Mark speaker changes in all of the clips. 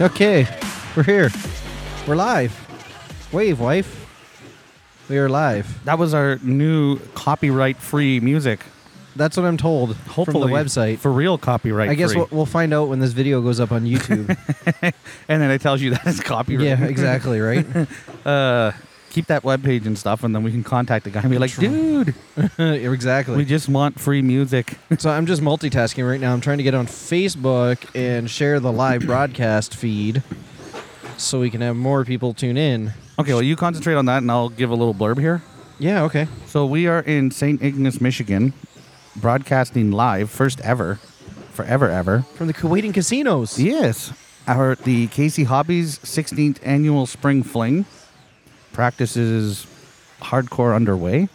Speaker 1: Okay, we're here. We're live. Wave, wife. We are live.
Speaker 2: That was our new copyright-free music.
Speaker 1: That's what I'm told
Speaker 2: Hopefully,
Speaker 1: from the website.
Speaker 2: for real copyright.
Speaker 1: I guess
Speaker 2: free.
Speaker 1: we'll, we'll find out when this video goes up on YouTube.
Speaker 2: and then it tells you that it's copyright.
Speaker 1: yeah, exactly, right?
Speaker 2: Uh, keep that web page and stuff, and then we can contact the guy and be like, "Dude, we
Speaker 1: exactly.
Speaker 2: just want free music."
Speaker 1: So I'm just multitasking right now. I'm trying to get on Facebook and share the live broadcast feed so we can have more people tune in.
Speaker 2: Okay, well, you concentrate on that, and I'll give a little blurb here.
Speaker 1: Yeah, okay.
Speaker 2: So we are in St. Ignace, Michigan, broadcasting live, first ever, forever ever.
Speaker 1: From the Kuwaitan casinos.
Speaker 2: Yes, our the Casey Hobbies 16th annual spring fling practices hardcore underway.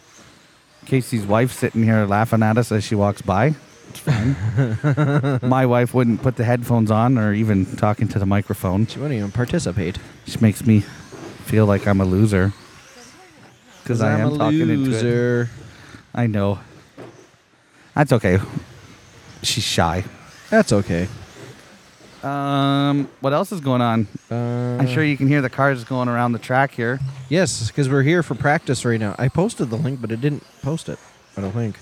Speaker 2: Casey's wife sitting here laughing at us as she walks by. It's fine. My wife wouldn't put the headphones on or even talking to the microphone.
Speaker 1: She wouldn't even participate.
Speaker 2: She makes me feel like I'm a loser because I am
Speaker 1: a
Speaker 2: talking into it.
Speaker 1: loser.
Speaker 2: I know. That's okay. She's shy.
Speaker 1: That's okay.
Speaker 2: Um, what else is going on?
Speaker 1: Uh,
Speaker 2: I'm sure you can hear the cars going around the track here.
Speaker 1: Yes, because we're here for practice right now. I posted the link, but it didn't post it. I don't think.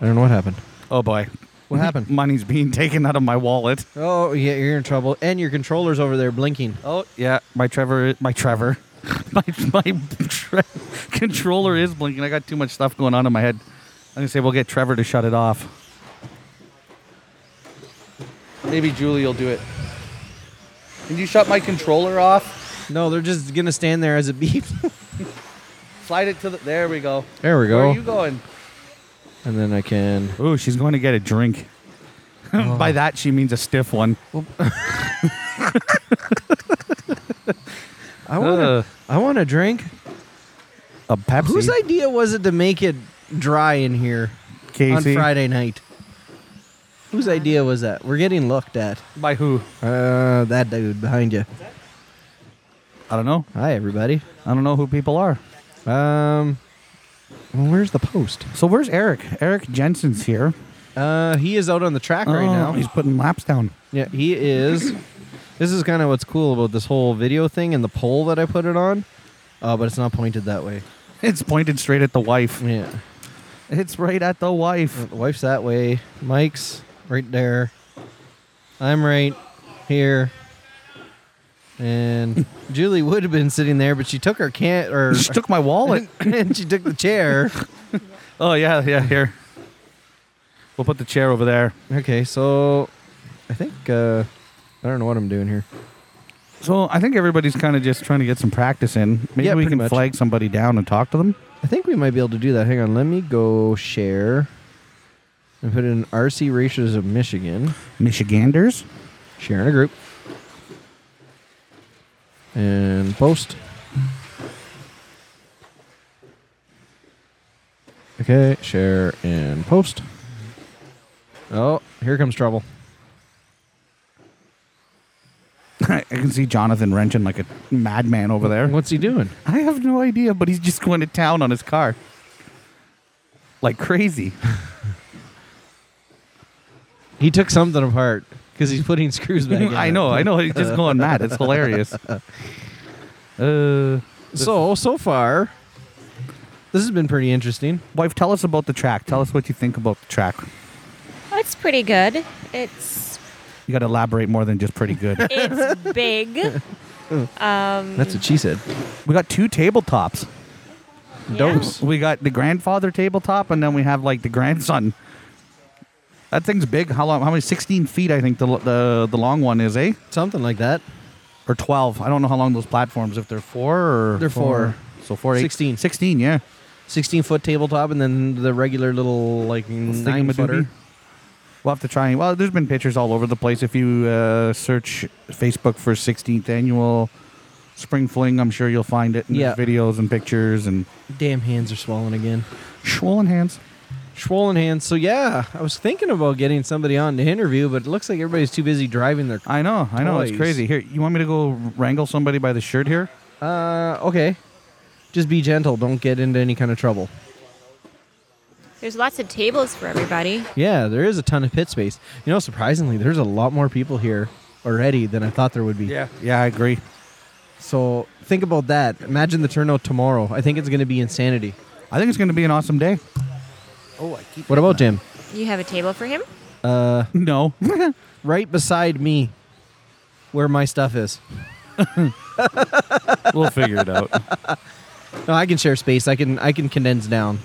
Speaker 1: I don't know what happened.
Speaker 2: Oh boy.
Speaker 1: What happened?
Speaker 2: Money's being taken out of my wallet.
Speaker 1: Oh, yeah, you're in trouble. And your controller's over there blinking.
Speaker 2: Oh yeah, my Trevor, my Trevor, my my tre- controller is blinking. I got too much stuff going on in my head. I'm gonna say we'll get Trevor to shut it off. Maybe Julie will do it. Can you shut my controller off?
Speaker 1: No, they're just gonna stand there as it beeps.
Speaker 2: Slide it to the. There we go.
Speaker 1: there we go.
Speaker 2: Where are you going?
Speaker 1: and then I can.
Speaker 2: Ooh, she's going to get a drink. By that, she means a stiff one.
Speaker 1: I want.
Speaker 2: Uh.
Speaker 1: to. I want a drink.
Speaker 2: A Pepsi.
Speaker 1: Whose idea was it to make it dry in here
Speaker 2: Casey?
Speaker 1: on Friday night? Whose idea was that? We're getting looked at.
Speaker 2: By who?
Speaker 1: Uh, that dude behind you.
Speaker 2: I don't know.
Speaker 1: Hi, everybody.
Speaker 2: I don't know who people are.
Speaker 1: Um, well, where's the post?
Speaker 2: So where's Eric? Eric Jensen's here Oh,
Speaker 1: Uh, he is out on the track right now.
Speaker 2: He's putting laps down.
Speaker 1: yeah, he is. This is kind of what's cool about this whole video thing and the poll that I put it on, uh, but it's not pointed that way.
Speaker 2: It's pointed straight at the wife.
Speaker 1: Yeah,
Speaker 2: It's right at the wife.
Speaker 1: the wife's that way. Mike's right there. I'm right here. And Julie would have been sitting there, but she took her can or
Speaker 2: She took my wallet.
Speaker 1: and she took the chair.
Speaker 2: oh yeah, yeah. Here, we'll put the chair over there.
Speaker 1: Okay, so I think uh, I don't know what I'm doing here.
Speaker 2: So I think everybody's kind of just trying to get some practice in. Maybe
Speaker 1: Yeah,
Speaker 2: we
Speaker 1: pretty
Speaker 2: can
Speaker 1: much.
Speaker 2: flag somebody down and talk to them.
Speaker 1: I think we might be able to do that. Hang on, let me go share and put in RC Racers of Michigan.
Speaker 2: Michiganders.
Speaker 1: Share in a group. And post. Okay, share and post. Oh, here comes trouble.
Speaker 2: I can see Jonathan wrenching like a madman over there.
Speaker 1: What's he doing?
Speaker 2: I have no idea, but he's just going to town on his car. Like crazy.
Speaker 1: He took something apart because he's putting screws back in.
Speaker 2: I
Speaker 1: it.
Speaker 2: know, I know. He's just going mad. It's hilarious. Uh,
Speaker 1: So, so far, this has been pretty interesting.
Speaker 2: wife, tell us about the track. Tell us what you think about the track.
Speaker 3: Oh, it's pretty good. It's
Speaker 2: You got to elaborate more than just pretty good.
Speaker 3: it's big. Um,
Speaker 1: That's what she said.
Speaker 2: we got two tabletops.
Speaker 3: yeah.
Speaker 1: Dose.
Speaker 2: We got the grandfather tabletop, and then we have like the grandson. That thing's big. How long? How many? Sixteen feet, I think the l- the the long one is, eh?
Speaker 1: Something like that.
Speaker 2: Or twelve? I don't know how long those platforms. If they're four or
Speaker 1: They're four.
Speaker 2: So four, eight,
Speaker 1: 16.
Speaker 2: sixteen. Yeah.
Speaker 1: 16 foot tabletop and then the regular little like nine footer.
Speaker 2: We'll have to try. Well, there's been pictures all over the place. If you uh, search Facebook for 16th annual spring fling, I'm sure you'll find it. And there's
Speaker 1: Yeah.
Speaker 2: videos and pictures and
Speaker 1: Damn hands are swollen again.
Speaker 2: swollen hands.
Speaker 1: Swollen hands. So yeah, I was thinking about getting somebody on to interview, but it looks like everybody's too busy driving their.
Speaker 2: I know, I know, it's
Speaker 1: Toys.
Speaker 2: crazy. Here, you want me to go wrangle somebody by the shirt here?
Speaker 1: Uh, okay. Just be gentle. Don't get into any kind of trouble.
Speaker 3: There's lots of tables for everybody.
Speaker 1: Yeah, there is a ton of pit space. You know, surprisingly, there's a lot more people here already than I thought there would be.
Speaker 2: yeah, I agree.
Speaker 1: So think about that. Imagine the turnout tomorrow. I think it's going to be insanity.
Speaker 2: I think it's going to be an awesome day. Oh, I keep.
Speaker 1: What about Jim?
Speaker 3: You have a table for him?
Speaker 2: No,
Speaker 1: Right beside me, where my stuff is.
Speaker 2: we'll figure it out.
Speaker 1: No, I can share space. I can I can condense down.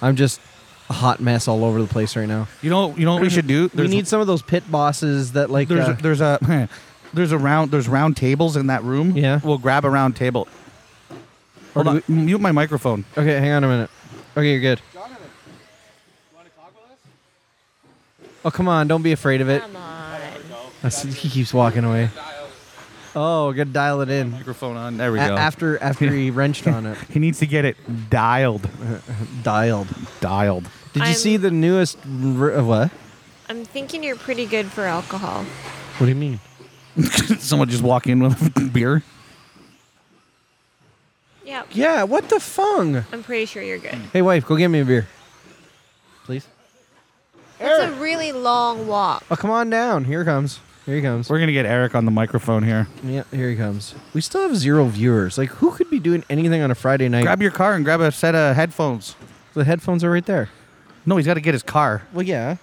Speaker 1: I'm just a hot mess all over the place right now.
Speaker 2: You know, you know what we should do.
Speaker 1: we need some of those pit bosses that like.
Speaker 2: there's
Speaker 1: uh,
Speaker 2: a, there's a there's a round there's round tables in that room.
Speaker 1: Yeah.
Speaker 2: we'll grab a round table.
Speaker 1: Or
Speaker 2: Hold on, mute my microphone.
Speaker 1: okay, hang on a minute. Okay, you're good. Oh come on! Don't be afraid of it.
Speaker 3: Come on.
Speaker 1: I see- He keeps walking away. Oh, gotta dial it in.
Speaker 2: Microphone on. There
Speaker 1: A-
Speaker 2: we go.
Speaker 1: after after he wrenched on it,
Speaker 2: he needs to get it dialed,
Speaker 1: dialed.
Speaker 2: dialed.
Speaker 1: Did you
Speaker 3: I'm-
Speaker 1: see the newest? r- uh, What?
Speaker 3: I'm thinking you're pretty good for alcohol.
Speaker 1: What do you mean?
Speaker 2: Someone just walk in with beer.
Speaker 3: Yeah.
Speaker 1: Yeah. What the fung?
Speaker 3: I'm pretty sure you're good.
Speaker 1: Hey, wife, go get me a beer, please.
Speaker 3: It's a really long walk.
Speaker 1: Oh, come on down. Here he comes. Here he comes.
Speaker 2: We're gonna get Eric on the microphone here.
Speaker 1: Yeah, here he comes. We still have zero viewers. Like, who could be doing anything on a Friday night?
Speaker 2: Grab your car and grab a set of headphones.
Speaker 1: the headphones are right there.
Speaker 2: No, he's got to get his car.
Speaker 1: Well, yeah.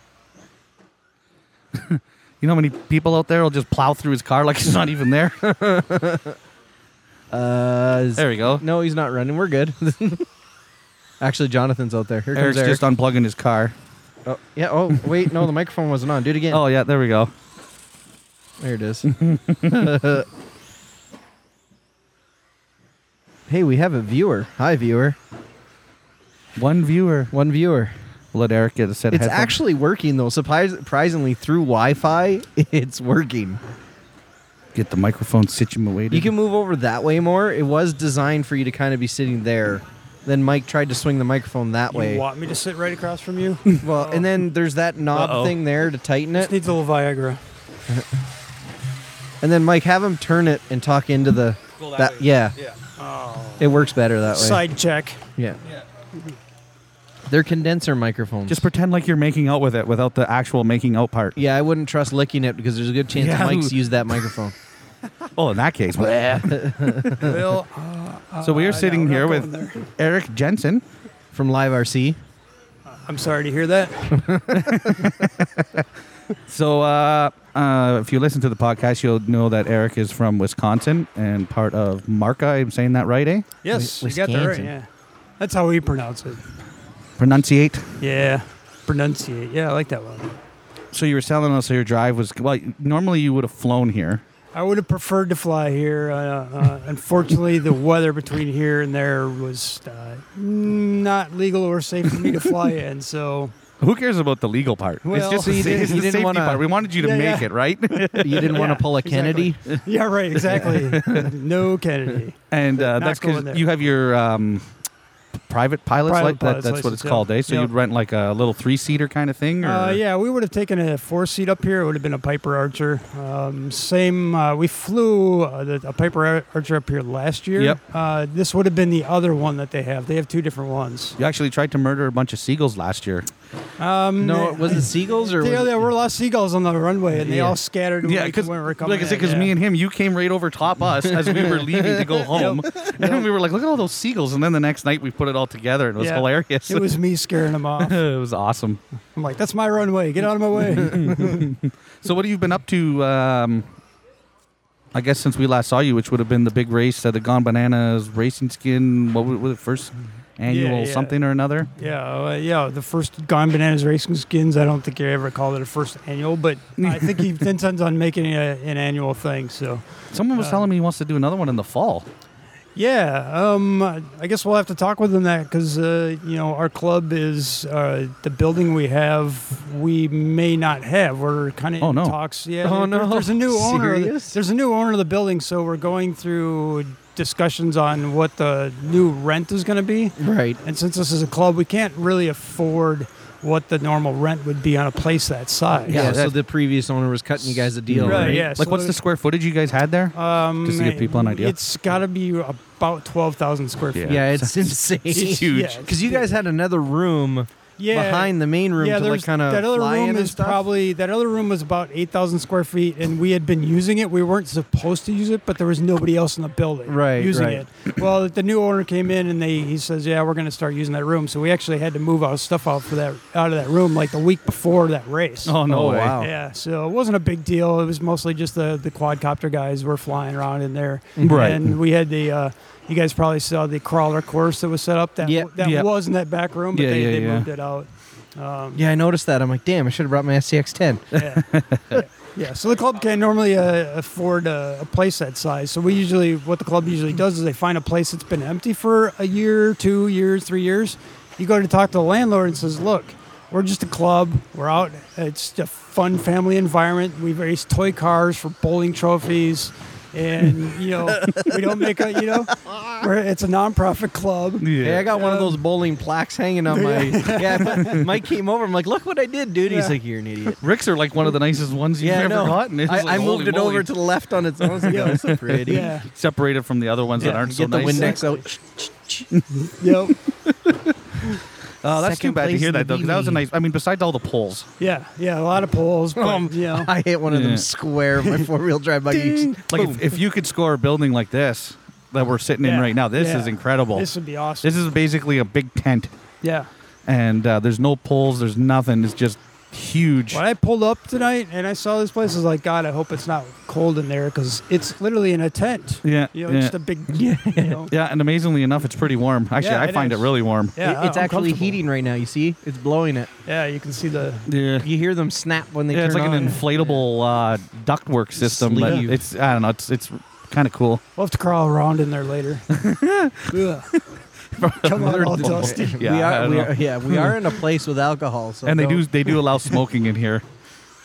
Speaker 2: You know how many people out there will just plow through his car like he's not even there?
Speaker 1: Uh, z-
Speaker 2: there we go.
Speaker 1: no, he's not running. We're good. Actually, Jonathan's out there. Here comes
Speaker 2: Eric's
Speaker 1: Eric.
Speaker 2: just unplugging his car.
Speaker 1: oh, yeah. Oh, wait. No, the microphone wasn't on. Do it again.
Speaker 2: Oh yeah, there we go.
Speaker 1: there it is. hey, we have a viewer. Hi, viewer.
Speaker 2: One viewer.
Speaker 1: One viewer.
Speaker 2: Let Eric get a set of
Speaker 1: It's
Speaker 2: headphones.
Speaker 1: actually working though. Surprise- Surprisingly, through Wi-Fi, it's working.
Speaker 2: get the microphone situated.
Speaker 1: You can move over that way more. It was designed for you to kind of be sitting there. Then Mike tried to swing the microphone that
Speaker 4: You
Speaker 1: way.
Speaker 4: want me to sit right across from you?
Speaker 1: well, and then there's that knob
Speaker 2: Uh-oh.
Speaker 1: thing there to tighten
Speaker 4: Just
Speaker 1: it.
Speaker 4: needs a little Viagra.
Speaker 1: And then Mike, have him turn it and talk into the.
Speaker 5: Go that
Speaker 1: that,
Speaker 5: way.
Speaker 1: yeah,
Speaker 5: Yeah.
Speaker 1: it works better that way.
Speaker 4: Side check.
Speaker 1: Yeah,
Speaker 5: Yeah.
Speaker 1: they're condenser microphones.
Speaker 2: just pretend like you're making out with it without the actual making out part.
Speaker 1: yeah, I wouldn't trust licking it because there's a good chance
Speaker 2: Yeah.
Speaker 1: Mike's used that microphone.
Speaker 2: Well, Oh, in that case, bleh.
Speaker 4: Bill.
Speaker 2: so we are sitting
Speaker 4: we're
Speaker 2: here
Speaker 4: not
Speaker 2: with
Speaker 4: going there.
Speaker 2: Eric Jensen.
Speaker 1: From Live RC,
Speaker 4: I'm sorry to hear that.
Speaker 2: So uh, uh, if you listen to the podcast, you'll know that Eric is from Wisconsin and part of Marca. I'm saying that right, eh?
Speaker 4: Yes,
Speaker 1: Wi-
Speaker 4: you got that right.
Speaker 1: Wisconsin.
Speaker 4: Yeah, that's how we pronounce it.
Speaker 2: Pronunciate.
Speaker 4: Yeah, pronunciate. Yeah, I like that one.
Speaker 2: So you were telling us your drive was well. Normally you would have flown here.
Speaker 4: I would have preferred to fly here. Uh, uh, unfortunately, the weather between here and there was uh, not legal or safe for me to fly in. So
Speaker 2: Who cares about the legal part? it's
Speaker 4: Well,
Speaker 2: just the,
Speaker 4: So you
Speaker 2: sa-
Speaker 1: didn't-
Speaker 2: it's
Speaker 1: you
Speaker 2: the
Speaker 1: didn't
Speaker 2: safety
Speaker 1: wanna-
Speaker 2: part. We wanted you to
Speaker 4: Yeah,
Speaker 2: make
Speaker 4: yeah.
Speaker 2: it right,
Speaker 1: you didn't want
Speaker 4: Yeah,
Speaker 1: to pull a
Speaker 4: exactly.
Speaker 1: Kennedy.
Speaker 4: yeah, right, exactly. no Kennedy.
Speaker 2: and uh,
Speaker 4: Not
Speaker 2: that's
Speaker 4: going
Speaker 2: because
Speaker 4: there.
Speaker 2: you have your um, private pilot's
Speaker 4: Private
Speaker 2: license. That-
Speaker 4: pilot's
Speaker 2: that's what it's
Speaker 4: license, yeah.
Speaker 2: called, eh? So
Speaker 4: Yeah.
Speaker 2: you'd rent like a little three seater kind of thing. Or?
Speaker 4: Uh, yeah, we would have taken a four seat up here. It would have been a Piper Archer. Um, same, uh, we flew uh, the, a Piper Ar- Archer up here last year.
Speaker 2: Yep.
Speaker 4: Uh, this would have been the other one that they have. They have two different ones.
Speaker 2: You actually tried to murder a bunch of seagulls last year.
Speaker 4: Um,
Speaker 1: No, was it seagulls or?
Speaker 4: There,
Speaker 1: was it-
Speaker 4: there were a lot of seagulls on the runway, and they
Speaker 1: Yeah.
Speaker 4: all scattered.
Speaker 2: Yeah,
Speaker 4: like,
Speaker 2: because
Speaker 4: when we were coming
Speaker 2: like I said,
Speaker 4: in,
Speaker 2: because
Speaker 4: yeah.
Speaker 2: me and him, you came right over top us as we were leaving to go home, and we were like, "Look at all those seagulls!" And then the next night, we put it all together, and it was
Speaker 4: Yeah.
Speaker 2: hilarious.
Speaker 4: it was me scaring them off.
Speaker 2: it was awesome.
Speaker 4: I'm like, that's my runway. Get out of my way.
Speaker 2: So, what have you been up to? Um, I guess since we last saw you, which would have been the big race that had gone bananas, racing skin. What wa- was it first annual
Speaker 4: yeah.
Speaker 2: something or another?
Speaker 4: yeah, uh, yeah. The first Gone Bananas Racing Skins. I don't think I ever called it a first annual, but I think he intends on making a, an annual thing. So.
Speaker 2: Someone
Speaker 4: Uh,
Speaker 2: was telling me he wants to do another one in the fall.
Speaker 4: Yeah, um, I guess we'll have to talk with them that because uh, you know our club is uh, the building we have. We may not have. We're kind of
Speaker 2: Oh,
Speaker 4: in
Speaker 2: no.
Speaker 4: talks. Yeah,
Speaker 1: Oh,
Speaker 4: there-
Speaker 1: no.
Speaker 4: There's a new owner.
Speaker 1: Serious?
Speaker 4: There's a new owner of the building, so we're going through discussions on what the new rent is going to be.
Speaker 1: Right.
Speaker 4: And since this is a club, we can't really afford what the normal rent would be on a place that size.
Speaker 1: Yeah,
Speaker 2: Yeah,
Speaker 1: so
Speaker 2: that-
Speaker 1: the previous owner was cutting you guys a deal,
Speaker 4: Right,
Speaker 1: right?
Speaker 4: yeah.
Speaker 2: like,
Speaker 4: so
Speaker 2: what's the square footage you guys had there?
Speaker 4: Um,
Speaker 2: Just to give people an idea.
Speaker 4: It's got to be about twelve thousand square feet.
Speaker 2: Yeah.
Speaker 1: Yeah, it's insane.
Speaker 4: It's
Speaker 2: huge.
Speaker 4: yeah,
Speaker 1: Because you guys had another room
Speaker 4: yeah,
Speaker 1: behind the main room
Speaker 4: yeah,
Speaker 1: to like
Speaker 4: there's-
Speaker 1: kind of
Speaker 4: that other
Speaker 1: fly in
Speaker 4: room
Speaker 1: and
Speaker 4: is
Speaker 1: stuff.
Speaker 4: probably that other room was about eight thousand square feet, and we had been using it. We weren't supposed to use it, but there was nobody else in the building
Speaker 1: Right,
Speaker 4: using
Speaker 1: right.
Speaker 4: it. Well, the new owner came in and they he says, "Yeah, we're going to start using that room." So we actually had to move our stuff out for that out of that room like the week before that race.
Speaker 2: oh no
Speaker 1: oh,
Speaker 2: way!
Speaker 1: wow.
Speaker 4: Yeah, so it wasn't a big deal. It was mostly just the the quadcopter guys were flying around in there,
Speaker 1: Mm-hmm.
Speaker 2: Right.
Speaker 4: And we had the uh, you guys probably saw the crawler course that was set up that
Speaker 1: Yeah,
Speaker 4: that
Speaker 2: yeah.
Speaker 4: was in that back room, but
Speaker 2: Yeah,
Speaker 4: they,
Speaker 2: yeah,
Speaker 4: they
Speaker 2: yeah.
Speaker 4: moved it out. Um,
Speaker 1: Yeah, I noticed that. I'm like, damn, I should have brought my SCX-10.
Speaker 4: yeah. yeah. So the club can normally uh, afford a, a place that size. So we usually, what the club usually does is they find a place that's been empty for a year, two years, three years. You go to talk to the landlord and says, "Look, we're just a club. We're out. It's a fun family environment. We race toy cars for bowling trophies." And you know we don't make a you know we're, it's a nonprofit club.
Speaker 2: Yeah.
Speaker 1: Hey, I got one of those bowling plaques hanging on my. yeah, but Mike came over. I'm like, look what I did, dude. He's
Speaker 4: Yeah.
Speaker 1: like, you're an idiot.
Speaker 2: Ricks are like one of the nicest ones you've
Speaker 1: Yeah,
Speaker 2: ever
Speaker 1: no.
Speaker 2: gotten. It's
Speaker 1: I,
Speaker 2: like,
Speaker 1: I
Speaker 2: holy
Speaker 1: moved it
Speaker 2: moly.
Speaker 1: over to the left on its own. I was like, oh, this is pretty.
Speaker 4: Yeah.
Speaker 2: separated from the other ones that
Speaker 4: Yeah,
Speaker 2: aren't
Speaker 1: Get
Speaker 2: so
Speaker 1: the Windex
Speaker 2: nice.
Speaker 1: out.
Speaker 4: Yep.
Speaker 2: Oh, that's too
Speaker 1: Second
Speaker 2: bad to
Speaker 1: place
Speaker 2: hear
Speaker 1: in
Speaker 2: that
Speaker 1: the
Speaker 2: though, because that was a
Speaker 1: BB.
Speaker 2: nice. I mean, besides all the polls,
Speaker 4: Yeah. Yeah. A lot of polls. But,
Speaker 2: Um,
Speaker 4: you know.
Speaker 1: I hit one of
Speaker 2: Yeah.
Speaker 1: them square. My four-wheel drive buggy.
Speaker 2: like if, if you could score a building like this that we're sitting in
Speaker 4: Yeah,
Speaker 2: right now, this
Speaker 4: yeah.
Speaker 2: is incredible.
Speaker 4: This would be awesome.
Speaker 2: This is basically a big tent,
Speaker 4: yeah.
Speaker 2: and uh, there's no poles, there's nothing. It's just huge.
Speaker 4: When I pulled up tonight and I saw this place, I was like, God, I hope it's not cold in there because it's literally in a tent.
Speaker 2: Yeah,
Speaker 4: You know,
Speaker 2: yeah.
Speaker 4: just a big. Yeah. You know.
Speaker 2: Yeah, and amazingly enough, it's pretty warm. Actually,
Speaker 4: Yeah,
Speaker 2: I
Speaker 4: it
Speaker 2: find
Speaker 4: is.
Speaker 2: it really warm.
Speaker 4: Yeah,
Speaker 1: It- it's
Speaker 4: I'm
Speaker 1: actually
Speaker 4: comfortable.
Speaker 1: heating right now. You see, it's blowing it.
Speaker 4: Yeah, you can see the.
Speaker 2: Yeah.
Speaker 1: You hear them snap when they
Speaker 2: Yeah,
Speaker 1: turn
Speaker 2: it's like
Speaker 1: on.
Speaker 2: an inflatable uh, ductwork system, but
Speaker 1: Sleeve.
Speaker 2: it's I don't know, it's it's kind of cool.
Speaker 4: We'll have to crawl around in there later. Ugh. Come on, all dusty.
Speaker 2: Yeah,
Speaker 1: we
Speaker 2: I
Speaker 1: are,
Speaker 2: don't
Speaker 1: we
Speaker 2: know.
Speaker 1: are, yeah, we are in a place with alcohol. So
Speaker 2: and they do
Speaker 1: don't-
Speaker 2: they do allow smoking in here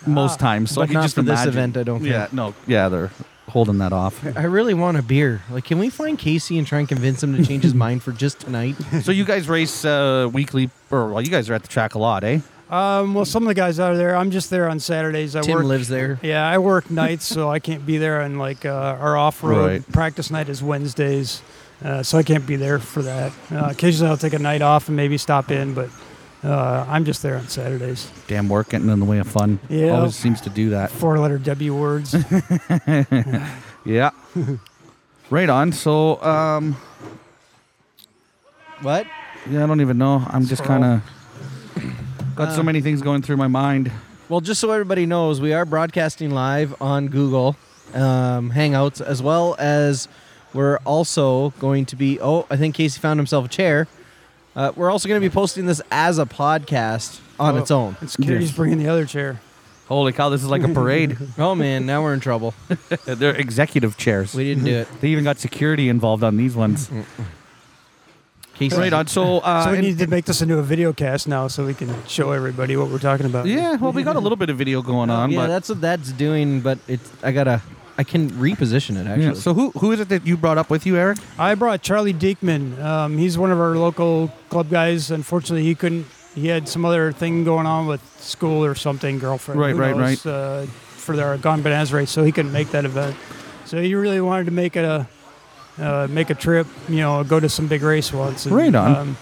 Speaker 2: most times. So I
Speaker 1: Ah, but
Speaker 2: can
Speaker 1: not
Speaker 2: just
Speaker 1: for this
Speaker 2: imagine.
Speaker 1: event, I don't think.
Speaker 2: Yeah, no, yeah, they're holding that off.
Speaker 1: I really want a beer. Like, can we find Casey and try and convince him to change his mind for just tonight?
Speaker 2: so you guys race uh, weekly, or well, you guys are at the track a lot, eh?
Speaker 4: Um, well, some of the guys out of there. I'm just there on Saturdays. I
Speaker 1: Tim
Speaker 4: work.
Speaker 1: lives there.
Speaker 4: Yeah, I work nights, so I can't be there. And like uh, our off-road
Speaker 2: Right.
Speaker 4: practice night is Wednesdays, uh, so I can't be there for that. Uh, occasionally, I'll take a night off and maybe stop in, but uh, I'm just there on Saturdays.
Speaker 2: Damn, work getting in the way of fun.
Speaker 4: Yeah.
Speaker 2: always seems to do that.
Speaker 4: Four-letter W words.
Speaker 2: Yeah. right on. So um,
Speaker 1: What?
Speaker 2: yeah, I don't even know. I'm just kind of got
Speaker 1: Uh,
Speaker 2: so many things going through my mind.
Speaker 1: Well, just so everybody knows, we are broadcasting live on Google um, Hangouts, as well as we're also going to be. Oh, I think Casey found himself a chair. Uh, we're also going to be posting this as a podcast on its own.
Speaker 4: It's Carrie's bringing the other chair.
Speaker 2: Holy cow, this is like a parade.
Speaker 1: Oh man, now we're in trouble.
Speaker 2: They're executive chairs.
Speaker 1: We didn't do it.
Speaker 2: They even got security involved on these ones.
Speaker 1: Casey,
Speaker 2: right on. So, uh,
Speaker 4: so we
Speaker 2: and-
Speaker 4: need to make this into a video cast now, so we can show everybody what we're talking about.
Speaker 2: yeah, well, we got a little bit of video going on.
Speaker 1: Yeah,
Speaker 2: but
Speaker 1: that's what that's doing. But it's I gotta I can reposition it actually.
Speaker 2: Yeah, So who who is it that you brought up with you, Eric?
Speaker 4: I brought Charlie Diekman. Um, he's one of our local club guys. Unfortunately, he couldn't. He had some other thing going on with school or something, girlfriend.
Speaker 2: Right,
Speaker 4: who
Speaker 2: right,
Speaker 4: knows, Uh, for their Gone Bananas race, so he couldn't make that event. So he really wanted to make a uh, make a trip. You know, go to some big race once. and,
Speaker 2: Right on.
Speaker 4: Um,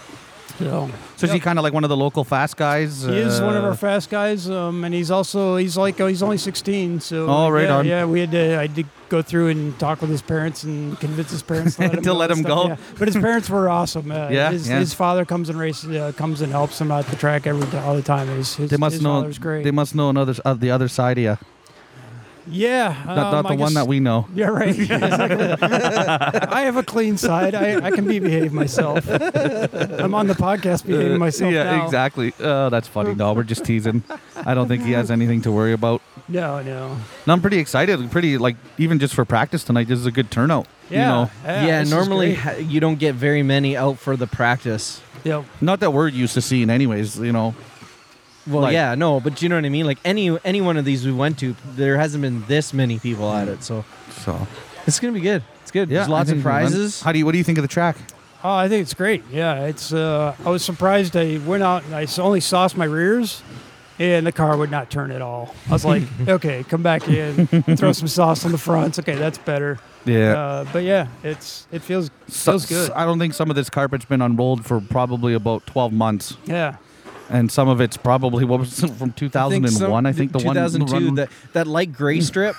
Speaker 4: so
Speaker 2: So is he kind of like one of the local fast guys?
Speaker 4: he is one of our
Speaker 2: Uh,
Speaker 4: fast guys, um, and he's also he's like oh, he's only 16, so
Speaker 2: Oh, right
Speaker 4: yeah,
Speaker 2: on.
Speaker 4: yeah, we had to I did go through and talk with his parents and convince his parents to let him
Speaker 2: To
Speaker 4: go.
Speaker 2: let
Speaker 4: and
Speaker 2: him
Speaker 4: stuff,
Speaker 2: go?
Speaker 4: yeah. But his parents were awesome. Uh,
Speaker 2: Yeah,
Speaker 4: his,
Speaker 2: yeah.
Speaker 4: his father comes and races, uh, comes and helps him out the track every t- all the time. His, his,
Speaker 2: They must
Speaker 4: his
Speaker 2: know.
Speaker 4: father's great.
Speaker 2: They must know another of the other side of you,
Speaker 4: yeah,
Speaker 2: not, not
Speaker 4: um,
Speaker 2: the
Speaker 4: I
Speaker 2: one
Speaker 4: guess-
Speaker 2: that we know.
Speaker 4: Yeah, right. Exactly. I have a clean side. I, I can be behave myself. I'm on the podcast behaving myself
Speaker 2: Uh, yeah,
Speaker 4: now.
Speaker 2: exactly. Oh, that's funny. No, we're just teasing. I don't think he has anything to worry about.
Speaker 4: No, no.
Speaker 2: No, I'm pretty excited. I'm Pretty like even just for practice tonight. This is a good turnout.
Speaker 4: Yeah,
Speaker 2: You know,
Speaker 1: yeah,
Speaker 4: this is
Speaker 1: normally
Speaker 4: great.
Speaker 1: ha- you don't get very many out for the practice.
Speaker 4: Yep.
Speaker 2: not that we're used to seeing, anyways. You know,
Speaker 1: Well,
Speaker 2: Like-
Speaker 1: yeah, no, but you know what I mean. Like any any one of these we went to, there hasn't been this many people at it, so
Speaker 2: so
Speaker 1: it's gonna be good. It's good.
Speaker 2: yeah,
Speaker 1: There's lots
Speaker 2: I
Speaker 1: of
Speaker 2: think we're done.
Speaker 1: prizes.
Speaker 2: How do you? What do you think of the track?
Speaker 4: Oh, I think it's great. Yeah, it's. Uh, I was surprised. I went out and I s- only sauced my rears, and the car would not turn at all. I was like, okay, come back in, throw some sauce on the fronts. Okay, that's better.
Speaker 2: Yeah.
Speaker 4: Uh, but yeah, it's it feels
Speaker 2: So-
Speaker 4: feels good.
Speaker 2: I don't think some of this carpet's been unrolled for probably about 12 months,
Speaker 4: Yeah,
Speaker 2: and some of it's probably what was it, from 2001. I think, the one- Hmm. the
Speaker 1: 2002,
Speaker 2: one.
Speaker 1: that, that light gray strip.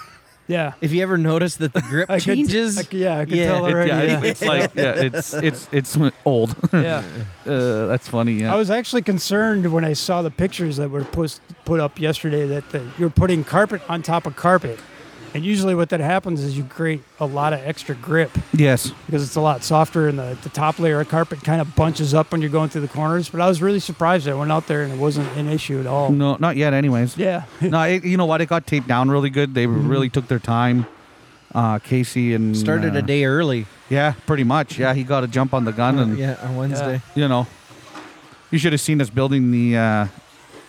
Speaker 4: yeah.
Speaker 1: if you ever notice that the grip
Speaker 4: I could-
Speaker 1: changes,
Speaker 4: I could- yeah, I could
Speaker 1: Yeah,
Speaker 4: tell
Speaker 1: it-
Speaker 4: already.
Speaker 2: yeah,
Speaker 4: yeah.
Speaker 2: it's like yeah, it's it's it's old.
Speaker 4: yeah.
Speaker 2: Uh, that's funny. Yeah.
Speaker 4: I was actually concerned when I saw the pictures that were put, put up yesterday that the, you're putting carpet on top of carpet. And usually what that happens is you create a lot of extra grip
Speaker 2: yes.
Speaker 4: because it's a lot softer and the, the top layer of carpet kind of bunches up when you're going through the corners. But I was really surprised I went out there and it wasn't an issue at all.
Speaker 2: No, not yet. Anyways.
Speaker 4: Yeah. Mm-hmm.
Speaker 2: no, it, you know what? It got taped down really good. They really took their time. Uh, Casey and
Speaker 1: started
Speaker 2: uh,
Speaker 1: a day early.
Speaker 2: Yeah, pretty much. Yeah, he got a jump on the gun, and
Speaker 1: yeah, on Wednesday.
Speaker 2: you know, you should have seen us building the uh,